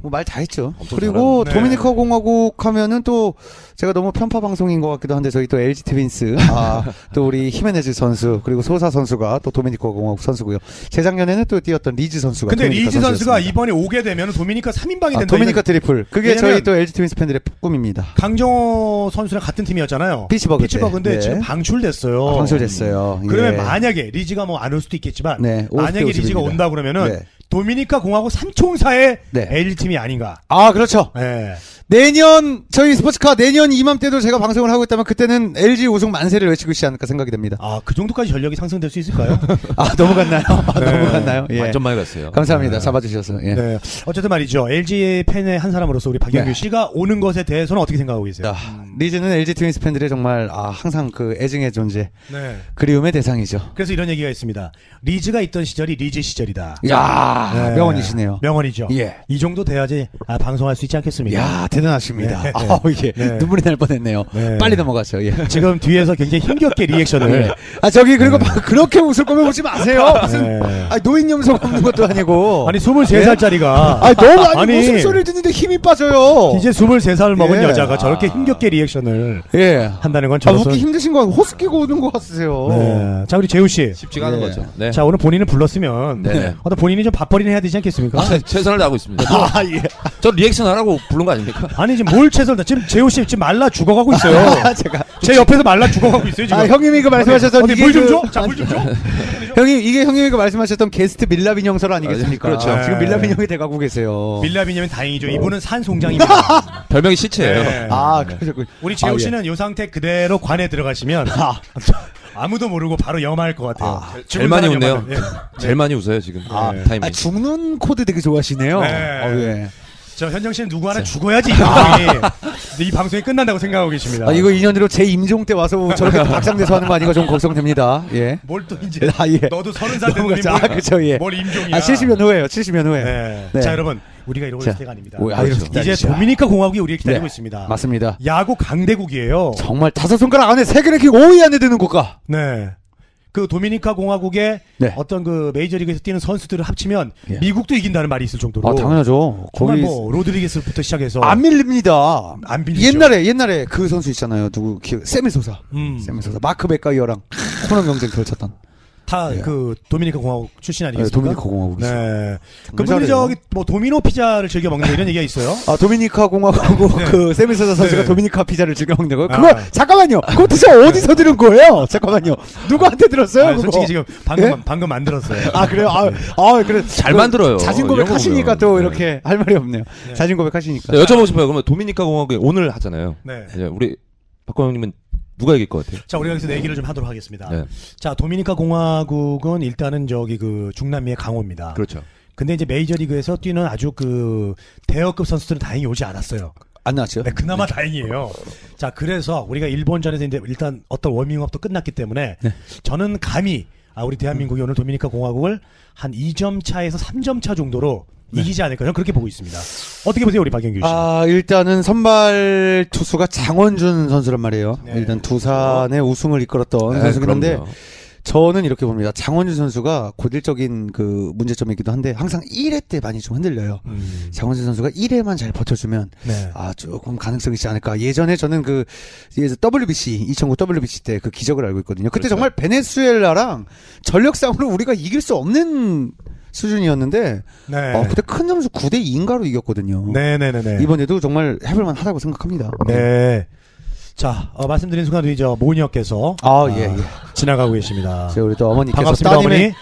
뭐 말 다 했죠. 엄청 그리고 잘하는데. 도미니카 공화국 하면은 또 제가 너무 편파 방송인 것 같기도 한데 저희 또 LG 트윈스, 아, 또 우리 히메네즈 선수 그리고 소사 선수가 또 도미니카 공화국 선수고요. 재작년에는 또 뛰었던 리즈 선수가. 근데 도미니카 리즈 선수가 선수였습니다. 이번에 오게 되면 도미니카 3인방이 된다. 아, 도미니카 이건 트리플. 그게 왜냐면- 저희 또 LG 트윈스 팬들의 꿈입니다. 강정호 선수랑 같은 팀이었잖아요. 피츠버그 때. 피츠버그인데 네. 아, 지금 방출됐어요. 방출됐어요. 그러면 예. 만약에 리즈가 뭐 안 올 수도 있겠지만 네, 50대 만약에 리즈가 50입니다. 온다 그러면은 네. 도미니카 공화국 삼총사의 네. A팀이 아닌가. 아, 그렇죠. 예. 내년 저희 스포츠카 내년 이맘때도 제가 방송을 하고 있다면 그때는 LG 우승 만세를 외치고 있지 않을까 생각이 됩니다. 아, 그 정도까지 전력이 상승될 수 있을까요? 아, 넘어갔나요? 아, 넘어갔나요? 예. 완전 많이 갔어요. 감사합니다. 잡아주셔서. 예. 네. 어쨌든 말이죠. LG 팬의 한 사람으로서 우리 박영규 네. 아. 씨가 오는 것에 대해서는 어떻게 생각하고 계세요? 야, 리즈는 LG 트윈스 팬들의 정말 아, 항상 그 애증의 존재, 네. 그리움의 대상이죠. 그래서 이런 얘기가 있습니다. 리즈가 있던 시절이 리즈 시절이다. 야, 네. 아, 명언이시네요. 명언이죠. 예. 이 정도 돼야지 아, 방송할 수 있지 않겠습니까? 야, 대단하십니다. 네. 아, 예. 네. 눈물이 날 뻔했네요. 네. 빨리 넘어가죠. 예. 지금 뒤에서 굉장히 힘겹게 리액션을. 아 저기 그리고 그렇게 웃을 거면 웃지 마세요. 무슨 네. 아, 노인 염소 없는 것도 아니고. 아니 23살짜리가 아 너무 아니, 아니, 무슨 소리를 듣는데 힘이 빠져요. 이제 23살 먹은 예. 여자가 저렇게 아. 힘겹게 리액션을 예. 한다는 건 아 저로서 웃기 힘드신 거 호스 끼고 우는 거 같으세요. 네. 자 우리 재우 씨. 쉽지가 않은 네. 거죠. 네. 자 오늘 본인을 불렀으면 네. 어떤 본인이 좀 밥벌이는 해야 되지 않겠습니까? 아, 최선을 다하고 있습니다. 저, 아 예. 저 리액션 하라고 부른 거 아닙니까? 아니 지금 뭘 최선을 다 지금 재우 씨 지금 말라 죽어가고 있어요. 아, 제가 제 옆에서 말라 죽어가고 있어요 지금. 아 형님이 그 말씀하셨던 어디 이게 물 좀 그- 줘. 자 물 좀 줘. 형님 이게 형님이 그 말씀하셨던 게스트 밀라빈 형설 아니겠습니까? 아, 그렇죠. 아, 지금 네. 밀라빈 형이 돼가고 계세요. 빌라비냐면 다행이죠. 이분은 산송장입니다. 별명이 시체예요. 네. 아 그러셨군요. 우리 재우 아, 예. 씨는 이 상태 그대로 관에 들어가시면 아. 아무도 모르고 바로 염할 것 같아요. 아, 죽은 제일 많이 사람 웃네요. 염하는, 예. 제일 많이 웃어요 지금. 네. 아, 타이밍. 아, 죽는 코드 되게 좋아하시네요. 네. 어, 예. 저 현정 씨는 누구 하나 죽어야지 이 방송이 이 방송이 끝난다고 생각하고 계십니다. 아, 이거 인연으로 제 임종 때 와서 저렇게 박상대소 하는 거 아닌가 좀 걱정됩니다. 예. 뭘 또 이제 아, 예. 너도 서른 살 되는 넘어가자. 아, 그쵸, 예. 뭘 임종이야. 아, 70년 후에요. 70년 후에. 네. 네. 자 여러분 우리가 이러고 자, 있을 때가 아닙니다. 오, 아, 그렇죠. 이렇게 이제 기다리시죠. 도미니카 공화국이 우리를 기다리고 네. 있습니다. 맞습니다. 야구 강대국이에요. 정말 다섯 손가락 안에 세개 랭킹 5위 안에 드는 국가. 네. 그 도미니카 공화국의 네. 어떤 그 메이저리그에서 뛰는 선수들을 합치면 예. 미국도 이긴다는 말이 있을 정도로 아, 당연하죠. 정말 거기 아, 뭐 로드리게스부터 시작해서 안 밀립니다. 안 밀리죠. 옛날에 옛날에 그 선수 있잖아요. 누구 기억 세미소사. 음, 세미소사 마크 백가이어랑 코너 경쟁 펼쳤던 예. 다그 도미니카 공화국 출신 네, 아니겠습니까? 도미니카 공화국이죠. 네. 정말 그분이 잘해요. 저기 뭐 도미노 피자를 즐겨 먹는 이런 얘기가 있어요. 아 도미니카 공화국 네. 그 세미소사 선수가 네. 도미니카 피자를 즐겨 먹는 거예요. 아. 네. 그거 잠깐만요. 그거 도대체 어디서 들은 거예요? 잠깐만요. 누구한테 들었어요? 아, 네, 그거? 솔직히 지금 방금 예? 방금 만들었어요. 아 그래요? 아, 아 그래 잘 만들어요. 자신 이런 고백하시니까 거면. 또 네. 이렇게 할 말이 없네요. 자신 고백하시니까. 자, 여쭤보고 싶어요. 그러면 도미니카 공화국 오늘 하잖아요. 네. 이제 우리 박광 형님은 누가 이길 것 같아요? 자, 우리가 여기서 얘기를 좀 하도록 아. 하겠습니다. 네. 자, 도미니카 공화국은 일단은 저기 그 중남미의 강호입니다. 그렇죠. 근데 이제 메이저리그에서 뛰는 아주 그 대여급 선수들은 다행히 오지 않았어요. 안 나왔죠? 네, 그나마 다행이에요. 자, 그래서 우리가 일본전에서 이제 일단 어떤 워밍업도 끝났기 때문에 네. 저는 감히 아, 우리 대한민국이 오늘 도미니카 공화국을 한 2점 차에서 3점 차 정도로 이기지 않을까 저는 그렇게 보고 있습니다. 어떻게 보세요, 우리 박영규 씨? 네. 아 일단은 선발 투수가 장원준 선수란 말이에요. 네. 일단 두산의 우승을 이끌었던 선수긴 한데 네, 그럼요. 저는 이렇게 봅니다. 장원준 선수가 고질적인 그 문제점이기도 한데 항상 1회 때 많이 좀 흔들려요. 음. 장원준 선수가 1회만 잘 버텨주면 네. 아 조금 가능성이 있지 않을까. 예전에 저는 그 예전 WBC 2009 WBC 때 그 기적을 알고 있거든요. 그렇죠. 그때 정말 베네수엘라랑 전력 싸움으로 우리가 이길 수 없는 수준이었는데 네. 어, 그때 큰 점수 9대 2인가로 이겼거든요. 네네네네. 이번에도 정말 해볼만 하다고 생각합니다. 네. 자, 어, 말씀드린 순간 우리 저 모녀께서 아, 예, 예. 지나가고 계십니다. 제가 우리 또 어머니께서 아. 반갑습니다, 어머니. 따님의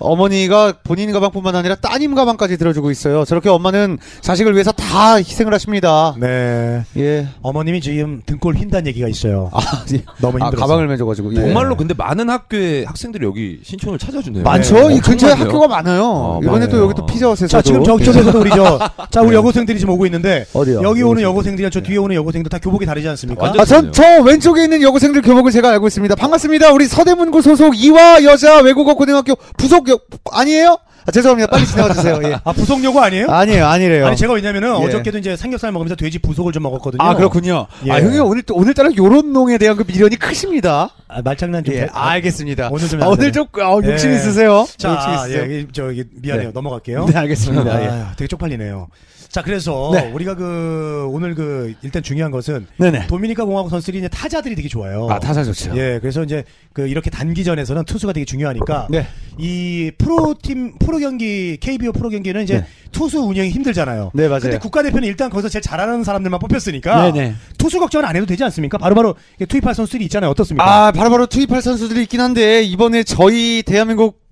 어머니. 가 본인 가방뿐만 아니라 따님 가방까지 들어주고 있어요. 저렇게 엄마는 자식을 위해서 다 희생을 하십니다. 네. 예. 어머님이 지금 등골 휜다는 얘기가 있어요. 아, 예. 너무 아, 힘들어서. 가방을 매줘가지고. 예. 정말로 근데 많은 학교의 학생들이 여기 신촌을 찾아주네요. 많죠. 네, 이 근처에 엄청 많네요. 학교가 많아요. 어, 이번에도 많아요. 여기 또 피자헛에서. 자, 지금 저쪽에서도 우리 저, 자, 우리 여고생들이 지금 오고 있는데, 어디요? 여기 오는 여고생. 네. 여고생들이랑 저 뒤에 오는 여고생들 다 교복이 다르지 않습니까? 완전- 아, 전, 저 왼쪽에 있는 여고생들 교복을 제가 알고 있습니다. 반갑습니다. 우리 서대문구 소속 이화 여자 외국어 고등학교 부속 여, 아니에요? 아, 죄송합니다. 빨리 지나가 주세요. 예. 아, 부속여고 아니에요? 아니에요, 아니래요. 아니, 제가 왜냐면은 예. 어저께도 이제 삼겹살 먹으면서 돼지 부속을 좀 먹었거든요. 아 그렇군요. 예. 아 형님 오늘 또 오늘따라 요런 농에 대한 그 미련이 크십니다. 아, 말장난 좀. 예, 돼- 아, 알겠습니다. 오늘 좀 아, 안 오늘 되네. 좀 아, 욕심 예. 있으세요? 욕심 자, 있으세요? 예, 저기, 미안해요. 네. 넘어갈게요. 네, 알겠습니다. 예. 아, 되게 쪽팔리네요. 자, 그래서 네. 우리가 그 오늘 그 일단 중요한 것은 네네. 도미니카 공화국 선수들이 이제 타자들이 되게 좋아요. 아 타사 좋죠. 예, 그래서 이제 그 이렇게 단기전에서는 투수가 되게 중요하니까 네. 이 프로팀 프로 경기 KBO 프로 경기는 이제 네. 투수 운영이 힘들잖아요. 네, 맞아요. 근데 국가대표는 일단 거기서 제일 잘하는 사람들만 뽑혔으니까 네네. 투수 걱정은 안 해도 되지 않습니까? 바로바로 이게 투입할 선수들이 있잖아요. 어떻습니까? 아 바로바로 투입할 선수들이 있긴 한데 이번에 저희 대한민국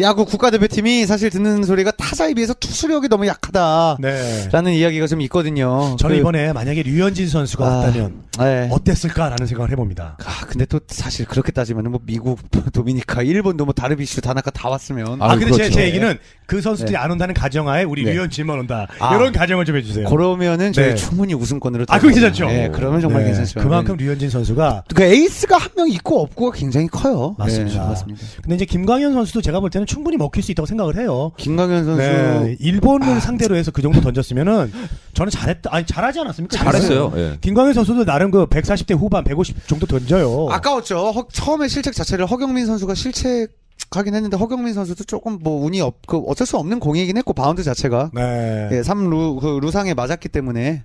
야구 국가대표팀이 사실 듣는 소리가 타자에 비해서 투수력이 너무 약하다라는 네. 이야기가 좀 있거든요. 저는 그- 이번에 만약에 류현진 선수가 아. 왔다면 네. 어땠을까라는 생각을 해봅니다. 아, 근데 또 사실 그렇게 따지면 뭐 미국, 도미니카, 일본도 뭐 다르비슈, 다나카 다 왔으면 아, 아유, 근데 제, 그렇죠. 제 얘기는 그 선수들이 네. 안 온다는 가정하에 우리 네. 류현진만 온다. 아. 이런 가정을 좀 해주세요. 그러면은 저희 네. 충분히 우승권으로 아, 그거 괜찮죠? 예, 그러면 정말 네, 괜찮죠. 그만큼 류현진 선수가 그 에이스가 한 명 있고 없고가 굉장히 커요. 맞습니다. 예, 맞습니다. 근데 이제 김광현 선수도 제가 볼 때는 충분히 먹힐 수 있다고 생각을 해요. 김강현 선수 아, 네, 일본을 상대로 해서 그 정도 던졌으면은 저는 잘했다. 아니 잘하지 않았습니까? 잘했어요. 예. 김광현 선수도 나름 그 140대 후반 150 정도 던져요. 아까웠죠. 허- 처음에 실책 자체를 허경민 선수가 실책하긴 했는데 허경민 선수도 조금 뭐 운이 없, 그 어쩔 수 없는 공이긴 했고 바운드 자체가 네. 예, 3루 그 루상에 맞았기 때문에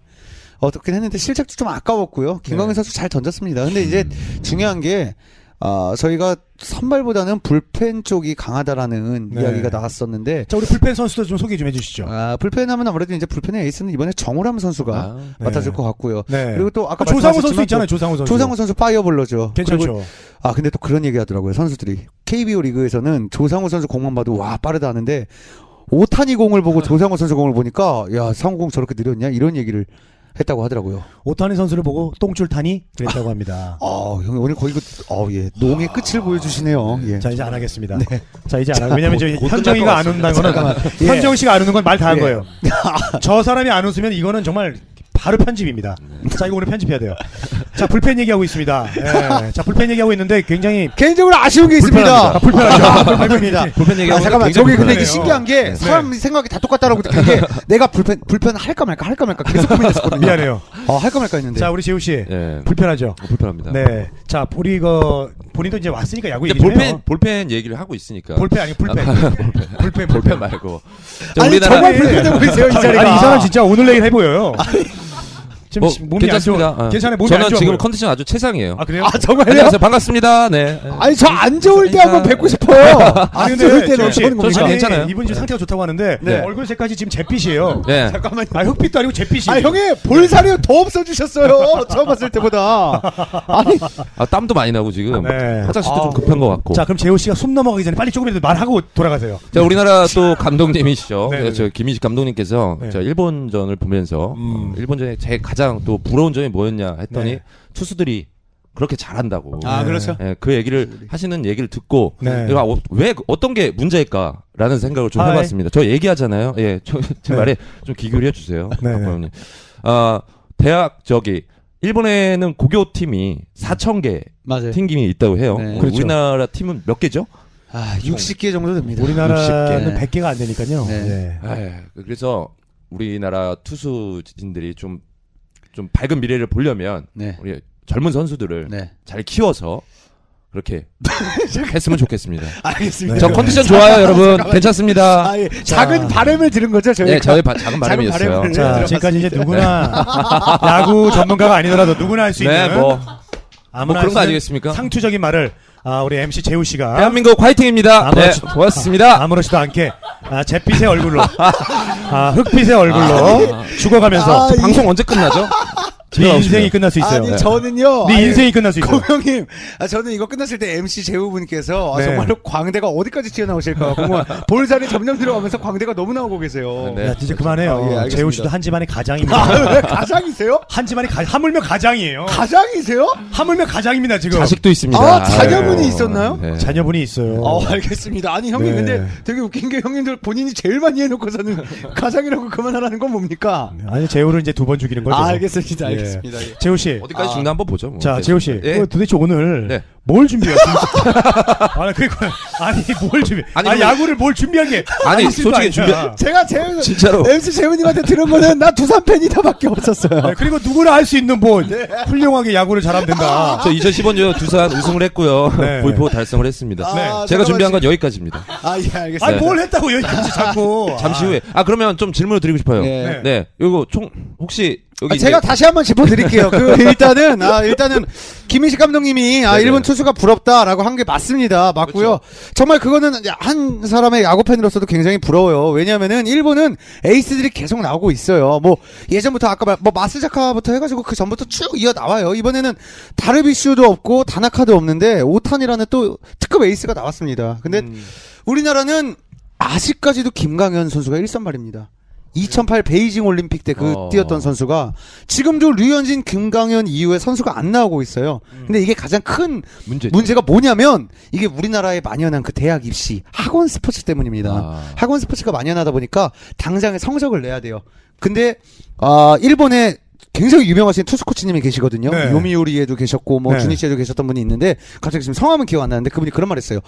어떻긴 했는데 실책도 좀 아까웠고요. 김광현 네. 음. 선수 잘 던졌습니다. 근데 이제 중요한 게 아, 저희가 선발보다는 불펜 쪽이 강하다라는 네. 그렇죠. 이야기가 나왔었는데 자 우리 불펜 선수도 좀 소개 좀 해주시죠. 아, 불펜 하면 아무래도 이제 불펜의 에이스는 이번에 정우람 선수가 아. 맡아줄 네. 것 같고요. 네. 그리고 또 아까 조상우 선수 말씀하셨지만 있잖아요. 조상우 또 선수. 조상우 선수 파이어볼러죠. 그리고 괜찮죠. 아 근데 또 그런 얘기 하더라고요 선수들이 KBO 리그에서는 조상우 선수 공만 봐도 와 빠르다 하는데 오타니 공을 아. 보고 조상우 선수 공을 보니까 야 상우 공 저렇게 느렸냐 이런 얘기를 했다고 하더라고요. 오타니 선수를 보고 똥줄 타니 그랬다고 합니다. 아 형님 오늘 거의 그어예 농의 끝을 보여주시네요. 예. 자 이제 안 하겠습니다. 자 이제 안 하고 왜냐면 저 곧 현정이가 안 온다는 거는 예. 현정 씨가 안 웃는 건 말 다 한 예. 거예요. 저 사람이 안 웃으면 이거는 정말 바로 편집입니다. 자 이거 오늘 편집해야 돼요. 자 불펜 얘기하고 있습니다. 예. 자 불펜 얘기하고 있는데 굉장히 개인적으로 아쉬운 게 있습니다. 불편하죠. 불편입니다. 불펜 아, 얘기하고 잠깐만 저기 근데 이게 불편해요. 신기한 게 네. 사람 생각이 다 똑같다라고 느낀 게 내가 불편 불편 할까 말까 할까 말까 계속 고민했었거든요. 미안해요. 어 할까 말까 했는데. 자 우리 재우 씨 예. 불편하죠. 불편합니다. 네. 자 우리 이거 본인도 뭐 이제 왔으니까 야구 근데 얘기 좀 해요. 볼펜 볼펜 얘기를 하고 있으니까 볼펜 아니 불펜. 불펜 볼펜 말고 자, 아니 우리나라- 정말 불편해 보이세요 이 자리가. 아니 이 사람 진짜 오늘 내일 해보여요. 지금 뭐, 몸이 괜찮습니다. 안 좋아. 예. 괜찮아요. 몸이 저는 안 좋아. 지금 보여요. 컨디션 아주 최상이에요. 아 그래요? 아 정말요? 안녕하세요. 반갑습니다. 네. 아니 저 안 좋을 때 인사- 한번 뵙고 싶어요. 아니, 안 좋을 때는 저- 어쩌는 저- 저- 겁니까? 아니, 괜찮아요. 이분 지금 상태가 좋다고 하는데 네. 얼굴 색깔이 지금 잿빛이에요. 네. 잠깐만요. 아 흑빛도 아니고 잿빛이. 아 형이 볼살이 더 없어지셨어요. 처음 봤을 때보다. 아니 아, 땀도 많이 나고 지금 네. 화장실도 아. 좀 급한 것 같고. 자 자, 그럼 재호 씨가 숨 넘어가기 전에 빨리 조금이라도 말하고 돌아가세요. 우리나라 또 감독님이시죠. 네, 네, 네. 저 김희식 감독님께서 네. 저 일본전을 보면서 음. 어, 일본전에 제 가장 또 부러운 점이 뭐였냐 했더니 네. 투수들이 그렇게 잘한다고. 아, 그렇죠. 예, 그 얘기를 하시는 얘기를 듣고 네. 내가 어, 왜 어떤 게 문제일까라는 생각을 좀 아, 해봤습니다. 저 얘기하잖아요. 예, 저, 제 네. 말에 좀 귀결해 주세요, 네, 네. 박보영님. 아 대학 저기 일본에는 고교 팀이 4천 개 맞아요. 팀김이 있다고 해요. 네. 어, 그렇죠. 우리나라 팀은 몇 개죠? 아 60개 정도 됩니다. 우리나라는 60개. 100개가 안 되니까요. 네. 네. 에이, 그래서 우리나라 투수진들이 좀, 좀 밝은 미래를 보려면 네. 우리 젊은 선수들을 네. 잘 키워서 그렇게 했으면 좋겠습니다. 네. 알겠습니다. 저 컨디션 좋아요, 여러분. 네. 괜찮습니다. 아, 예. 작은 바람을 들은 거죠 저희가. 네, 저의 바- 작은 바람이었어요. 바람을- 자 네, 지금까지 이제 누구나 야구 전문가가 아니더라도 누구나 할 수 네, 있는 뭐 아무나 뭐 그런 할수 거 있는 아니겠습니까? 상투적인 말을 아, 우리 MC 재우 씨가 대한민국 화이팅입니다. 네, 아무렇지도- 고맙습니다. 아무렇지도 않게 아, 잿빛의 얼굴로 아, 흑빛의 얼굴로 죽어가면서 아, 저 방송 언제 끝나죠? 네 나오십시오. 인생이 끝날 수 있어요. 아니 저는요. 네 아예 인생이 끝날 수 있어요. 고명님, 아, 저는 이거 끝났을 때 MC 재우분께서 아, 네. 정말로 광대가 어디까지 튀어나오실까 궁금 볼살이 점점 들어가면서 광대가 너무 나오고 계세요. 네. 야, 진짜 그만해요. 아, 예, 알겠습니다. 재우 씨도 한 집안의 가장입니다. 아, 왜 가장이세요? 한 집안의 가, 하물며 가장이에요. 가장이세요? 하물며 가장입니다 지금. 자식도 있습니다. 아, 자녀분이 아유, 있었나요? 네. 자녀분이 있어요. 어, 알겠습니다. 아니, 형님, 네. 근데 되게 웃긴 게 형님들 본인이 제일 많이 해놓고서는 가장이라고 그만하라는 건 뭡니까? 아니 재우를 이제 두 번 죽이는 거죠. 아, 알겠습니다. 알겠습니다. 네. 예. 재우 씨. 어디까지 아. 죽나 한번 보죠. 뭐. 자, 네. 재호 씨. 예. 그 도대체 오늘 네. 뭘 준비했습니까? 아니, 그러니까 아니, 뭘 준비? 아니, 아니, 근데- 야구를 뭘 준비한 게 아니, 아닐 수도 솔직히 아니잖아. 제가 재우, 진짜로. MC 재우님한테 들은 거는 나 두산 팬이다 밖에 없었어요. 네, 그리고 누구나 할 수 있는 뭐 훌륭하게 야구를 잘하면 된다. 저 2015년 두산 우승을 했고요. 네. V4 달성을 했습니다. 네. 아, 제가 잠깐만, 준비한 건 여기까지입니다. 아, 예, 알겠습니다. 아니, 뭘 했다고 여기까지 자꾸. 잠시 아. 후에. 아, 그러면 좀 질문을 드리고 싶어요. 네. 네. 이거 총, 혹시, 여기. 아, 제가 이제- 다시 한번 짚어드릴게요. 그 일단은 아 일단은 김민식 감독님이 아 네네. 그렇죠. 일본 선수가 부럽다라고 한 게 맞습니다. 맞고요. 정말 그거는 한 사람의 야구 팬으로서도 굉장히 부러워요. 왜냐면은 일본은 에이스들이 계속 나오고 있어요. 뭐 예전부터 아까 말- 뭐 마스자카부터 해가지고 그 전부터 쭉 이어 나와요. 이번에는 다르비슈도 없고 다나카도 없는데 오탄이라는 또 특급 에이스가 나왔습니다. 근데 우리나라는 아직까지도 김강현 선수가 1선발입니다. 2008 베이징 올림픽 때 그 어. 뛰었던 선수가 지금도 류현진, 김강현 이후에 선수가 안 나오고 있어요. 근데 이게 가장 큰 문제 문제가 뭐냐면 이게 우리나라에 만연한 그 대학 입시 학원 스포츠 때문입니다. 아. 학원 스포츠가 만연하다 보니까 당장에 성적을 내야 돼요. 근데 아 일본에 굉장히 유명하신 투수 코치님이 계시거든요. 네. 요미우리에도 계셨고 뭐 네. 주니치에도 계셨던 분이 있는데 갑자기 지금 성함은 기억 안 나는데 그분이 그런 말했어요.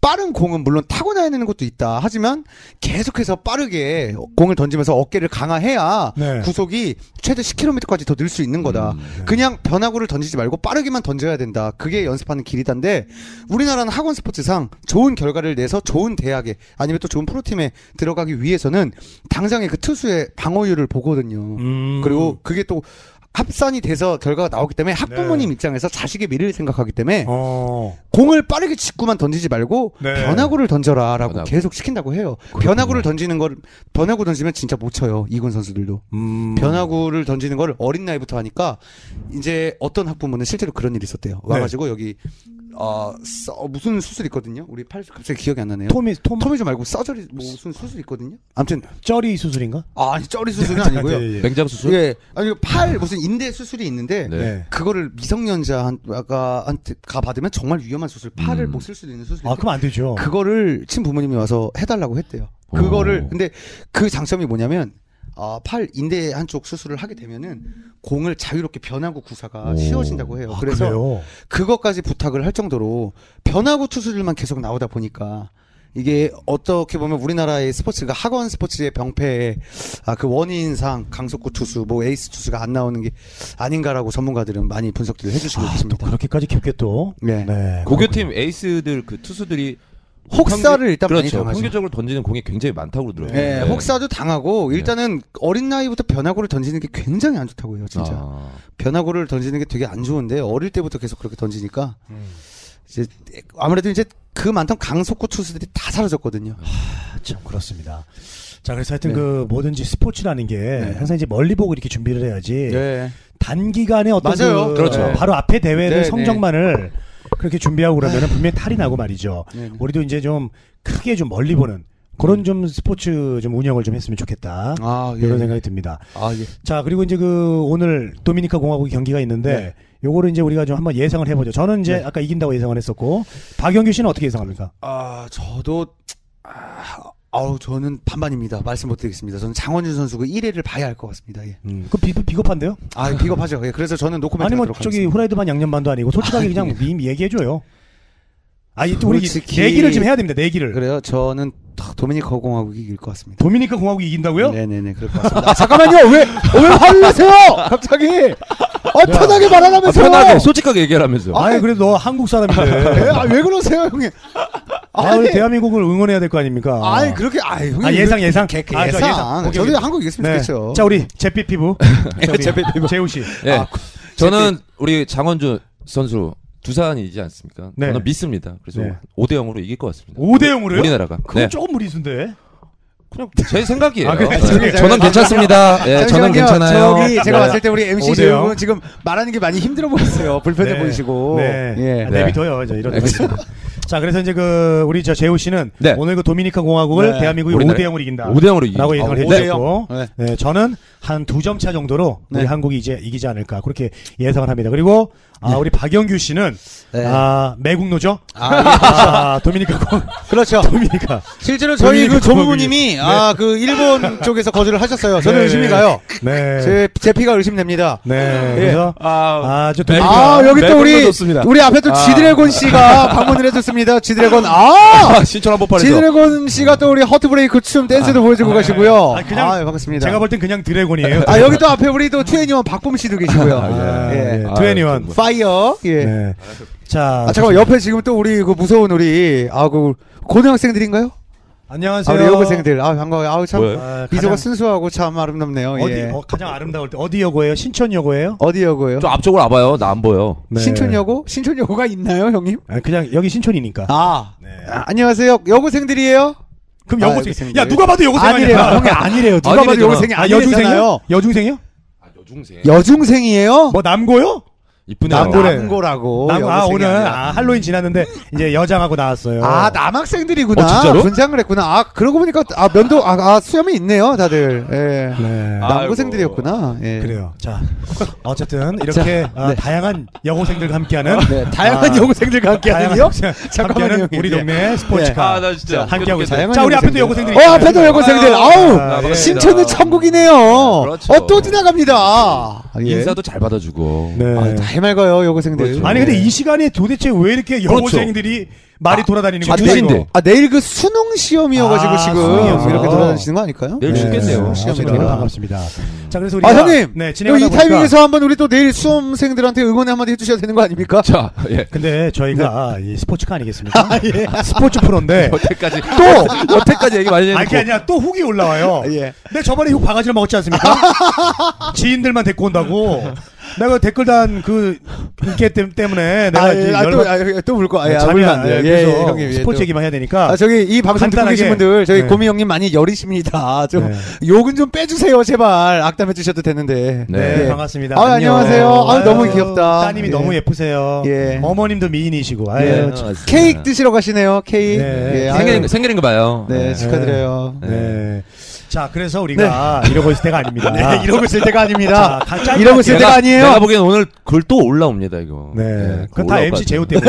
빠른 공은 물론 타고나야 되는 것도 있다. 하지만 계속해서 빠르게 공을 던지면서 어깨를 강화해야 네. 음, 구속이 최대 10km까지 더 늘 수 있는 거다. 그냥 변화구를 던지지 말고 빠르게만 던져야 된다. 그게 연습하는 길이다인데 우리나라는 학원 스포츠상 좋은 결과를 내서 좋은 대학에 아니면 또 좋은 프로팀에 들어가기 위해서는 당장의 그 투수의 방어율을 보거든요. 음. 그리고 그게 또 합산이 돼서 결과가 나오기 때문에 학부모님 입장에서 자식의 미래를 생각하기 때문에 네. 어. 공을 빠르게 직구만 던지지 말고 네. 변화구를 던져라라고 변화구. 계속 시킨다고 해요. 변화구를 던지는 걸 변화구 던지면 진짜 못 쳐요. 이군 선수들도. 음. 변화구를 던지는 걸 어린 나이부터 하니까 이제 어떤 학부모는 실제로 그런 일이 있었대요. 와 가지고 여기 어, 써- 무슨 수술 있거든요. 우리 팔 갑자기 기억이 안 나네요. 토미 톰 토미즈 말고 서저리 뭐 무슨 수술 있거든요. 아무튼 쩌리 수술인가? 아, 아니, 쩌리 수술은 아니고요. 예, 예. 맹장 수술 예. 아니 팔 무슨 인대 수술이 있는데 네. 네. 그거를 미성년자한테 가 받으면 정말 위험한 수술. 팔을 못 쓸 수도 있는 수술. 아, 그럼 안 되죠. 음. 그거를 친부모님이 와서 해달라고 했대요. 그거를 오. 근데 그 장점이 뭐냐면 아, 팔 인대 한쪽 수술을 하게 되면은 공을 자유롭게 변화구 구사가 오. 쉬워진다고 해요. 아, 그래서 그래요? 그것까지 부탁을 할 정도로 변화구 투수들만 계속 나오다 보니까 이게 어떻게 보면 우리나라의 스포츠가 학원 스포츠의 병폐의 아, 그 원인상 강속구 투수, 뭐 에이스 투수가 안 나오는 게 아닌가라고 전문가들은 많이 분석들을 해주시고 아, 또 계십니다. 그렇게까지 깊게 또. 네. 고교팀 에이스들 그 투수들이 혹사를 평균- 일단 많이 그렇죠. 당하죠. 평균적으로 던지는 공이 굉장히 많다고 들어요. 네, 혹사도 네. 당하고 일단은 어린 나이부터 변화구를 던지는 게 굉장히 안 좋다고 해요, 진짜. 아. 변화구를 던지는 게 되게 안 좋은데 어릴 때부터 계속 그렇게 던지니까 이제 아무래도 이제 그 많던 강속구 투수들이 다 사라졌거든요. 아, 참 그렇습니다. 자, 그래서 하여튼 네. 그 뭐든지 스포츠라는 게 항상 이제 멀리 보고 이렇게 준비를 해야지 네. 단기간에 어떤 맞아요. 그 그렇죠. 바로 앞에 대회를 네, 성적만을 그렇게 준비하고 그러면 분명히 탈이 나고 말이죠. 네, 네. 우리도 이제 좀 크게 좀 멀리 보는 그런 좀 스포츠 좀 운영을 좀 했으면 좋겠다. 아, 예. 이런 생각이 듭니다. 아, 예. 자, 그리고 이제 그 오늘 도미니카 공화국 경기가 있는데 네. 요거를 이제 우리가 좀 한번 예상을 해보죠. 저는 이제 아까 이긴다고 예상을 했었고 박영규 씨는 어떻게 예상합니까? 아, 저도 아, 아우 저는 반반입니다. 말씀 못 드리겠습니다. 저는 장원준 선수 그 1회를 봐야 할 것 같습니다. 예. 그 비, 비겁한데요? 아, 비겁하죠. 예. 그래서 저는 노코멘트 아니 뭐 하도록 저기 하겠습니다. 네. 후라이드반 양념반도 아니고 솔직하게 그냥 이미 얘기해줘요. 아니 또 우리 솔직히- 내기를 좀 해야 됩니다. 내기를. 그래요. 저는 딱 도미니카 공화국이 이길 것 같습니다. 도미니카 공화국이 이긴다고요? 네네네 그럴 것 같습니다. 아, 잠깐만요 왜 왜 화를 내세요? 갑자기 어, 편하게 아, 말하라면서요. 편하게 솔직하게 얘기하라면서. 아니 그래도 너 한국 예, 사람인데. 아, 왜 그러세요 형님? 아, 우리 아니, 대한민국을 응원해야 될 거 아닙니까? 아니 그렇게 아 형님 아, 예상 왜- 예상. 개, 아, 저 예상. 네. 예상. 오케이, 저도 오케이. 한국 있으면 좋겠죠. 네, 자 우리 잿빛 피부. 잿빛 피부. 재우 씨. 예. 아, 저는 우리 장원준 선수 두산이지 않습니까? 네. 저는 믿습니다. 그래서 네. 5대 0으로 이길 것 같습니다. 5대 0으로요? 우리나라가. 그건 네. 조금 무리수인데. 그냥 제 생각이에요. 아, 그래요? 아, 네. 저기- 저는 괜찮습니다. 예, 잠시만요. 저는 괜찮아요. 저기 제가 네. 봤을 때 우리 MC 오대요. 재욱은 지금 말하는 게 많이 힘들어 보이세요. 불편해 네. 보이시고. 네. 예. 아, 네. 내비둬요. 저 이런. 알겠습니다. 자 그래서 이제 그 우리 저 재우 씨는 네. 오늘 그 도미니카 공화국을 네. 대한민국이 우리나라- 5대 0으로 이긴다. 5대 0으로 이기. 라고 예상을 아, 오대 해주셨고 영. 네, 저는 한 두 점 차 정도로 우리 네. 한국이 이제 이기지 않을까 그렇게 예상을 합니다. 그리고 아, 우리 박영규 씨는 네. 아, 매국노죠? 아, 예. 아, 도미니카 공- 그렇죠. 도미니카 실제로 저희 도미니카 그 조부모님이 아 그 일본 쪽에서 거주를 하셨어요. 저는 네. 의심이 가요. 네. 제, 제 피가 의심됩니다. 네. 예. 그래서 아, 아, 저 도미니카 아, 여기 또 우리, 좋습니다. 우리 앞에 또 지드래곤 씨가 방문을 해줬습니다. 지드래곤, 아! 아, 신촌 한복판에서 지드래곤 씨가 또 우리 허트브레이크 춤 댄스도 보여주고 가시고요. 아, 그냥 네. 아유, 예, 반갑습니다. 제가 볼 땐 그냥 드래곤이에요. 아, 여기 또 앞에 우리 또 투애니원 박범 씨도 계시고요. 아, 예. 예. 아, 트웬티원. 정말. 파이어. 예. 네. 자, 아, 잠깐만, 옆에 지금 또 우리 그 무서운 우리, 아, 그 고등학생들인가요? 안녕하세요. 아, 우리 여고생들. 아, 반가워요. 아우, 참. 뭐예요? 아, 미소가 가장- 순수하고 참 아름답네요. 어디 예. 어, 가장 아름다울 때 어디 여고예요? 신촌 여고예요? 어디 여고요? 좀 앞쪽으로 와봐요. 나 안 보여. 네. 어, 신촌여고? 신촌여고가 있나요, 형님? 아, 그냥 여기 신촌이니까. 아, 네. 아, 안녕하세요. 여고생들이에요? 그럼 아, 여고생. 여고생들. 야 누가 봐도 여고생 아니래요. 아니야? 형이 아니래요. 누가 봐도 아니래잖아. 여고생이 아, 아니래요. 여중생이요? 여중생이요? 아, 여중생. 여중생이에요? 뭐 남고요? 이쁘네요. 아, 남고래. 남고라고. 남, 아 어, 여고생이 오늘 아니라. 아, 할로윈 지났는데 이제 여장하고 나왔어요. 아 남학생들이구나. 어, 진짜로? 분장을 했구나. 아 그러고 보니까 아 면도 아, 아, 수염이 있네요 다들. 예. 네. 아, 남고생들이었구나. 예. 그래요. 자 어쨌든 이렇게 아, 네. 다양한 여고생들과 함께하는 네, 다양한 아, 여고생들과 다양한 함께하는요. 잠깐만요, 함께하는 형님. 우리 예. 동네 스포츠카 아, 나 진짜. 함께하고 있어요. 다양한 자 우리 앞에도 여고생들. 여고생들이 어 있잖아요. 앞에도 여고생들. 아유, 아우 아, 반갑습니다. 신촌은 천국이네요. 그렇죠. 어 또 지나갑니다. 아, 예. 인사도 잘 받아주고. 네. 아, 다 네. 해맑아요 여고생들. 그렇죠. 아니 근데 이 시간에 도대체 왜 이렇게 그렇죠. 여고생들이 말이 돌아다니는 아, 거죠? 내일- 주신데. 아 내일 그 수능 시험이어가지고 아, 지금 수능이어서. 이렇게 돌아다니시는 거 아닐까요? 내일 죽겠네요. 시험 어쨌든 들어가. 반갑습니다. 자 그래서 우리가 아 형님, 네 이거 진행하다 이 보니까 타이밍에서 한번 우리 또 내일 수험생들한테 응원 한마디 해주셔야 되는 거 아닙니까? 자, 예. 근데 저희가 네. 이 스포츠카 아니겠습니까? 예. 스포츠 프로인데 여태까지 또 여태까지 얘기 많이 아, 했는데 그게 아니라 또 훅이 올라와요. 뭐 예. 근데 저번에 훅 바가지를 먹었지 않습니까? 지인들만 데리고 온다고. 내가 댓글 단 그 인기 땜- 때문에 내가 아, 이제 예, 아, 또, 열받- 아, 예, 또 울고, 아, 예, 잠이 울면 안 안 돼요. 예, 예, 그래서 예, 형님. 예, 스포츠 또. 얘기만 해야 되니까. 아, 저기, 이 방송 듣고 간단하게. 계신 분들, 저희 네. 고미 형님 많이 여리십니다. 좀, 욕은 좀 빼주세요, 제발. 악담해 주셔도 되는데. 네, 네. 반갑습니다. 아, 안녕하세요. 아, 아유, 너무 귀엽다. 따님이 예. 너무 예쁘세요. 예. 어머님도 미인이시고. 아유, 예, 참. 케이크 드시러 가시네요, 케이크. 네. 예, 아유, 네. 생기는 생기는 거 봐요. 네, 축하드려요. 네. 자, 그래서 우리가 이러고 있을 때가 아닙니다. 네, 이러고 있을 때가 아닙니다. 자, 가- 짧게 이러고 있을 때가 내가 아니에요. 보기엔 오늘 글 또 올라옵니다 이거. 네. 네, 그건 다 올라올 MC 것 제호 같아요.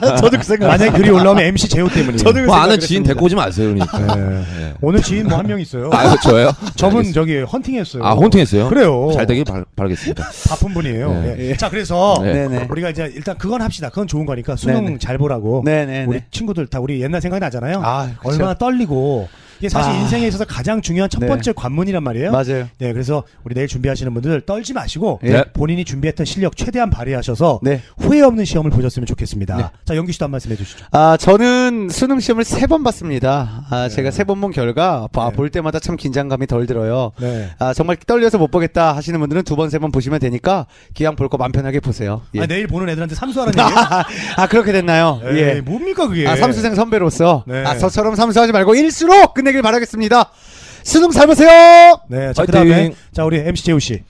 때문에. 저도 그 생각. 만약에 글이 올라오면 MC 제호 때문이에요. 저도 그 뭐 아는 생각을 지인 했습니다. 데리고 오지 마세요 그러니까. 네. 네. 오늘 지인 뭐 한 명 있어요. 아 저예요? 저분 알겠습니다. 저기 헌팅했어요. 아 혼팅했어요? 그래요. 잘 되길 바, 바라겠습니다. 바쁜 분이에요. 네. 예. 자 그래서 네. 네네. 우리가 이제 일단 그건 합시다. 그건 좋은 거니까 수능 네네. 잘 보라고. 네네네. 우리 친구들 다 우리 옛날 생각이 나잖아요. 아, 그쵸. 얼마나 떨리고 이게 사실 아. 인생에 있어서 가장 중요한 첫 네. 번째 관문이란 말이에요. 맞아요. 네, 그래서 우리 내일 준비하시는 분들 떨지 마시고 네. 본인이 준비했던 실력 최대한 발휘하셔서 네. 후회 없는 시험을 보셨으면 좋겠습니다. 자, 영규 씨도 한 말씀 해주시죠. 아, 저는 수능 시험을 세 번 봤습니다. 아, 제가 세 번 본 결과, 봐, 네. 볼 때마다 참 긴장감이 덜 들어요. 네. 아, 정말 떨려서 못 보겠다 하시는 분들은 두 번, 세 번 보시면 되니까, 기왕 볼 거 맘 편하게 보세요. 예. 아, 내일 보는 애들한테 삼수하라는 얘기예요? 아, 그렇게 됐나요? 에이, 예. 뭡니까 그게? 아, 삼수생 선배로서, 네. 아, 저처럼 삼수하지 말고 일수로 끝내길 바라겠습니다. 수능 잘 보세요! 네, 자 화이팅! 그다음에 자 우리 MC 제우 씨.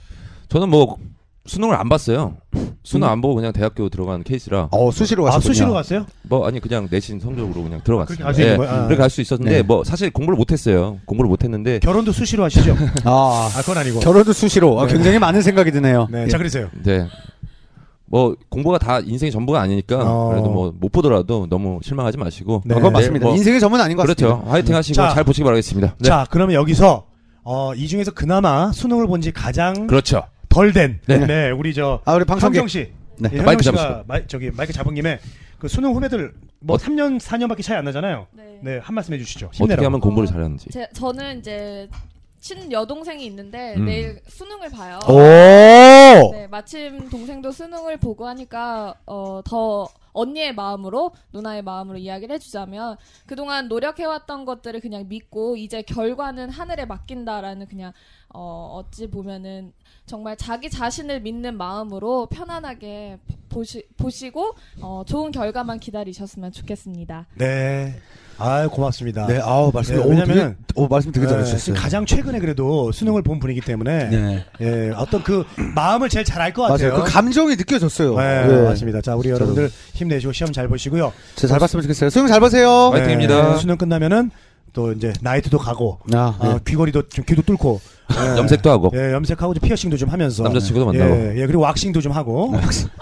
저는 뭐 수능을 안 봤어요. 음. 수능 안 보고 그냥 대학교 들어간 케이스라 어, 수시로 아 가셨군요. 수시로 갔어요? 뭐 아니 그냥 내신 성적으로 그냥 들어갔어요. 그렇게 갈수 있는 거예요? 아. 그렇게 갈 수 있었는데 네. 뭐 사실 공부를 못했어요. 공부를 못했는데 결혼도 수시로 하시죠? 아, 아 그건 아니고. 결혼도 수시로. 아, 굉장히 많은 생각이 드네요. 네, 예. 자 그러세요. 네. 뭐 공부가 다 인생의 전부가 아니니까 어. 그래도 뭐 못 보더라도 너무 실망하지 마시고 네. 네, 어, 그건 맞습니다. 뭐 인생의 전문 아닌 것 같습니다. 음. 그렇죠. 화이팅 하시고 자. 잘 보시기 바라겠습니다. 네. 자 그러면 여기서 어, 이 중에서 그나마 수능을 본 지 가장 그렇죠. 덜 된 네. 네. 우리 저 아, 우리 방송객. 현경 씨. 네. 예, 현경 마이크 씨가 잡으시고. 마이, 저기 마이크 잡은 김에 그 수능 후배들 뭐 어- 3년 4년밖에 차이 안 나잖아요. 네. 네, 한 말씀 해주시죠. 어떻게 힘내라고. 하면 공부를 잘하는지. 제, 저는 이제 친 여동생이 있는데 음. 내일 수능을 봐요. 오! 네, 마침 동생도 수능을 보고 하니까 어, 더 언니의 마음으로 누나의 마음으로 이야기를 해주자면 그동안 노력해왔던 것들을 그냥 믿고 이제 결과는 하늘에 맡긴다라는 그냥 어, 어찌 보면은 정말 자기 자신을 믿는 마음으로 편안하게 보시, 보시고 어, 좋은 결과만 기다리셨으면 좋겠습니다. 네. 아 고맙습니다. 네, 아우 말씀. 네, 오, 왜냐면은- 되게- 오 말씀 되게 네, 잘하셨어요. 가장 최근에 그래도 수능을 본 분이기 때문에 네. 예, 어떤 그 마음을 제일 잘 알 것 맞아요. 같아요. 그 감정이 느껴졌어요. 네, 네. 맞습니다. 자, 우리 여러분들 힘내시고 시험 잘 보시고요. 진짜 잘 봤으면 좋겠어요. 수영 잘 보세요. 네. 화이팅입니다. 네, 수능 끝나면은 또 이제 나이트도 가고 아, 아, 네. 귀걸이도 좀 귀도 뚫고 예. 염색도 하고. 예, 염색하고 좀 피어싱도 좀 하면서 뭐. 남자친구도 예, 만나고. 네, 예, 그리고 왁싱도 좀 하고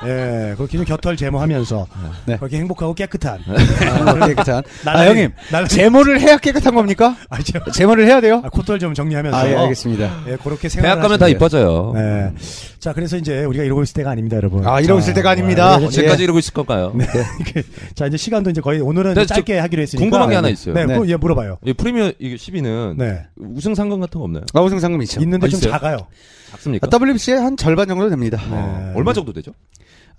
예, 그렇게 좀 겨털 제모하면서 네. 그렇게 행복하고 깨끗한 네. 아, 깨끗한. 아, 날라리- 형님. 날라리- 제모를 해야 깨끗한 겁니까? 아, 저- 제모를 해야 돼요? 아, 콧털 좀 정리하면서 아, 예, 알겠습니다. 예, 그렇게 생각 대학 가면 다 이뻐져요. 네. 자, 그래서 이제 우리가 이러고 있을 때가 아닙니다, 여러분. 아, 이러고 자, 있을 때가 아닙니다. 예. 언제까지 이러고 있을 건가요? 네. 자, 이제 시간도 이제 거의 오늘은 네, 짧게 하기로 했으니까. 궁금한 게 하나 있어요. 네, 네. 그거 예, 물어봐요. 이 프리미어 이게 10위는 네. 우승 상금 같은 거 없나요? 나우승 상금 있죠. 있는데 아, 좀 있어요? 어, 작아요. 작습니까? 아, WBC의 한 절반 정도 됩니다. 네. 얼마 정도 되죠?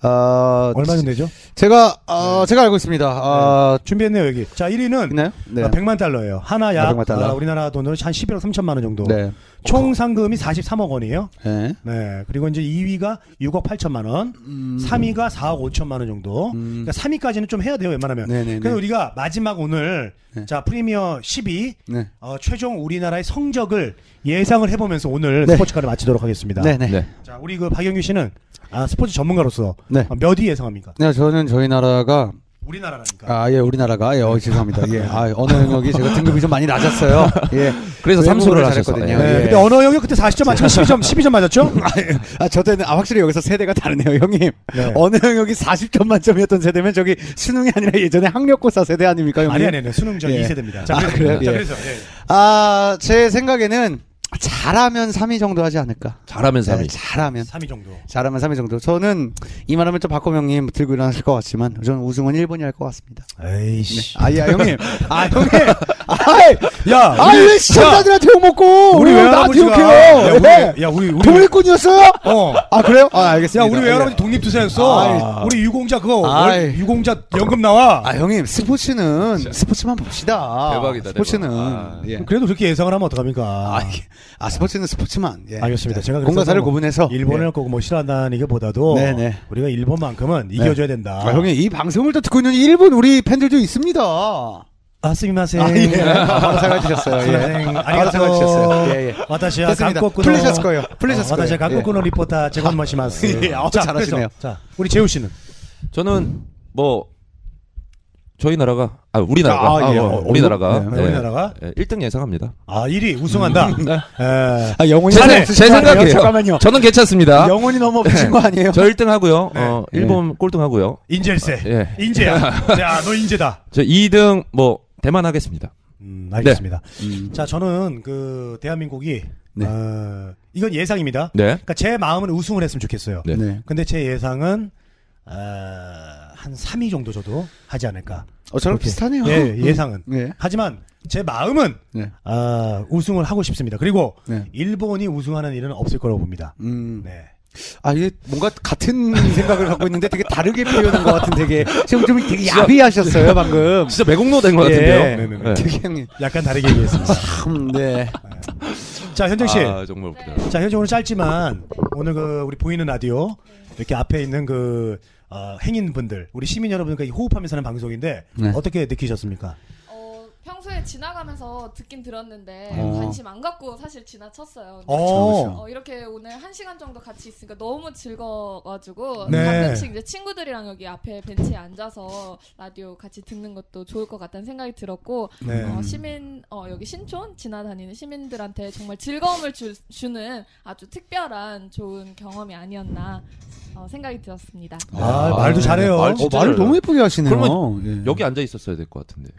아, 얼마 정도 되죠? 제가 아, 제가 알고 있습니다. 아, 어, 준비했네요 여기. 자 1위는 있나요? 네. 100만 달러예요. 하나 약 아, 100만 달러. 아, 우리나라 돈으로 한 11억 3천만 원 정도. 네. 총 상금이 43억 원이에요. 네. 네. 그리고 이제 2위가 6억 8천만 원, 음. 3위가 4억 5천만 원 정도. 그러니까 3위까지는 좀 해야 돼요, 웬만하면. 네네네. 그래서 우리가 마지막 오늘 네. 자 프리미어 10위 네. 어, 최종 우리나라의 성적을 예상을 해보면서 오늘 네. 스포츠카를 마치도록 하겠습니다. 네, 네. 네. 자, 우리 그 박영규 씨는 아, 스포츠 전문가로서 네. 어, 몇위 예상합니까? 네, 저는 저희 나라가 우리나라라니까. 아, 예, 우리나라가 예, 어, 죄송합니다. 예. 아, 언어 영역이 제가 등급이 좀 많이 낮았어요. 예. 그래서 외국어를 삼수를 잘했거든요. 하셨거든요. 네, 예. 그때 언어 영역 그때 40점 맞고 12점 12점 맞았죠? 아, 저 때는 아, 확실히 여기서 세대가 다르네요, 형님. 네. 언어 영역이 40점 만점이었던 세대면 저기 수능이 아니라 예전에 학력고사 세대 아닙니까, 형님? 아니 아니 아니 수능 전 예. 2세대입니다. 아, 그래요? 자, 예. 그래서 예. 아, 제 생각에는 잘하면 3위 정도 하지 않을까? 잘하면 삼 네, 위 잘하면 3위 정도. 잘하면 3위 정도. 저는 이 말하면 또 박범 형님 들고 일어나실 것 같지만 저는 우승은 1번이 할 것 같습니다. 에이씨. 아, 예, 형님. 아, 형님. 아이, 야, 아이, 왜 시청자들한테 욕먹고, 우리 왜 나한테 외할아버지가- 욕해요? 예. 야, 왜? 우리, 야, 우리, 우리. 독립군이었어요? 어. 아, 그래요? 아, 야, 알겠습니다. 네. 우리 외할아버지 독립투사였어. 아. 우리 유공자 그거, 아이. 월- 유공자 연금 나와. 아, 형님, 스포츠는, 스포츠만 봅시다. 대박이다, 스포츠는. 대박. 아. 예. 그래도 그렇게 예상을 하면 어떡합니까? 아, 예. 아, 스포츠는 스포츠만. 예. 알겠습니다. 제가 그래서 공과사를 뭐 구분해서. 일본을 예. 꼭 뭐 싫어한다는 게보다도 네네. 우리가 일본만큼은 이겨줘야 된다. 아, 형님, 이 방송을 또 듣고 있는 일본 우리 팬들도 있습니다. 아, 스미마셍. 아, 예. 바로 사과해주셨어요. 예. 선생님, 바로 사과해주셨어요. 예, 예. 아, 와타시와 됐습니다. 각국군어- 풀리셨을 거예요. 어, 풀리셨을 와타시와 거예요. 예. 각국군어 리포터 제건머시마스. 예, 어, 잘하시네요. 자, 우리 재우 씨는 저는 뭐 저희 나라가 아 우리나라가 아, 예. 아, 뭐, 우리나라가 네, 음, 네. 예. 우리나라가? 예, 1등 예상합니다. 아, 1위 우승한다. 예, 에, 아, 영혼이 제, 너무 생- 없으신 제 거 아니에요? 어? 네. 생각이에요. 잠깐만요. 저는 괜찮습니다. 영혼이 너무 없으신 거 아니에요? 저 1등 하고요. 네. 어, 일본 꼴등 하고요. 아, 인젤세. 예. 인재야. 야, 너 인재다. 저 2등 뭐 대만 하겠습니다. 음, 알겠습니다. 음. 자, 저는 그 대한민국이 네. 어, 이건 예상입니다. 네. 그러니까 제 마음은 우승을 했으면 좋겠어요. 네. 네. 근데 제 예상은 어, 한 3위 정도 저도 하지 않을까. 어, 저랑 그렇게. 비슷하네요. 예, 예상은. 음. 예. 하지만 제 마음은 네. 아, 우승을 하고 싶습니다. 그리고 네. 일본이 우승하는 일은 없을 거라고 봅니다. 음. 네. 아, 이게 뭔가 같은 생각을 갖고 있는데 되게 다르게 표현한 것 같은 되게. 지금 좀 되게 야비하셨어요, 방금. 진짜 매국노 된 것 예. 같은데요. 네네네. 되게 형님. 약간 다르게 얘기했습니다. 참, 네. 자, 현정 씨. 아, 정말 웃기다. 자, 현재 오늘 짧지만 오늘 그 우리 보이는 라디오 이렇게 앞에 있는 그 어, 행인분들, 우리 시민 여러분과 이 호흡하면서 하는 방송인데 네. 어떻게 느끼셨습니까? 어, 평소에 지나가면서 듣긴 들었는데 어. 관심 안 갖고 사실 지나쳤어요. 어. 어, 이렇게 오늘 한 시간 정도 같이 있으니까 너무 즐거워가지고 네. 가끔씩 이제 친구들이랑 여기 앞에 벤치에 앉아서 라디오 같이 듣는 것도 좋을 것 같다는 생각이 들었고 네. 음. 어, 시민 어, 여기 신촌 지나다니는 시민들한테 정말 즐거움을 주, 주는 아주 특별한 좋은 경험이 아니었나 어, 생각이 들었습니다. 아, 아, 말도 네. 잘해요. 말 어, 진짜 말을 잘해요. 너무 예쁘게 하시네요. 그러면 예. 여기 앉아 있었어야 될 것 같은데.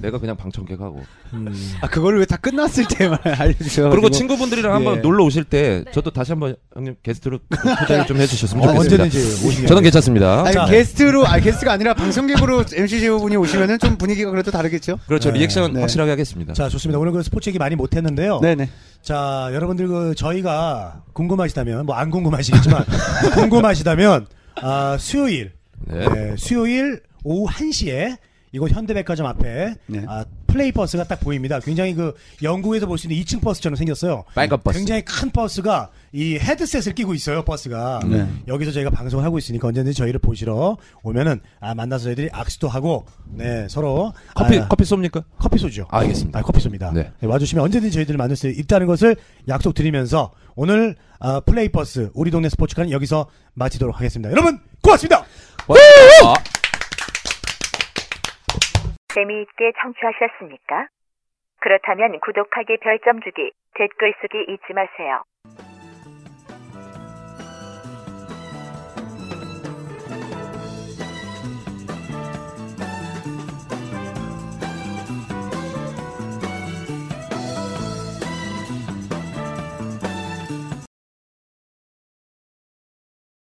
내가 그냥 방청객 하고. 그러니까 아, 그걸 왜 다 끝났을 때만 알려주셔. 그리고 친구분들이랑 한번 예. 놀러 오실 때 네. 저도 다시 한번 형님 게스트로 초대를 좀 해주셨으면 어, 좋겠습니다. 언제든지 오시게. 저는 괜찮습니다. 아니, 자. 게스트로, 아니, 게스트가 아니라 방송객으로 MC 제후분이 오시면은 좀 분위기가 그래도 다르겠죠? 그렇죠. 네, 리액션 네. 확실하게 하겠습니다. 자, 좋습니다. 오늘 그 스포츠 얘기 많이 못했는데요. 네네. 자, 여러분들 그 저희가 궁금하시다면 뭐 안 궁금하시겠지만 궁금하시다면 아, 수요일 네. 네, 수요일 오후 1시에 이곳 현대백화점 앞에 네. 아, 플레이 버스가 딱 보입니다. 굉장히 그 영국에서 볼 수 있는 2층 버스처럼 생겼어요. 빨간 버스. 굉장히 큰 버스가 이 헤드셋을 끼고 있어요. 버스가 네. 여기서 저희가 방송을 하고 있으니까 언제든지 저희를 보시러 오면은 아, 만나서 저희들이 악수도 하고 네 서로 커피 아, 커피 쏩니까? 커피 소주죠. 아, 알겠습니다. 아, 커피 소입니다. 네. 와주시면 언제든지 저희들을 만날 수 있다는 것을 약속드리면서 오늘 아, 플레이 버스 우리 동네 스포츠카는 여기서 마치도록 하겠습니다. 여러분 고맙습니다. 아. 재미있게 청취하셨습니까? 그렇다면 구독하기, 별점 주기, 댓글 쓰기 잊지 마세요.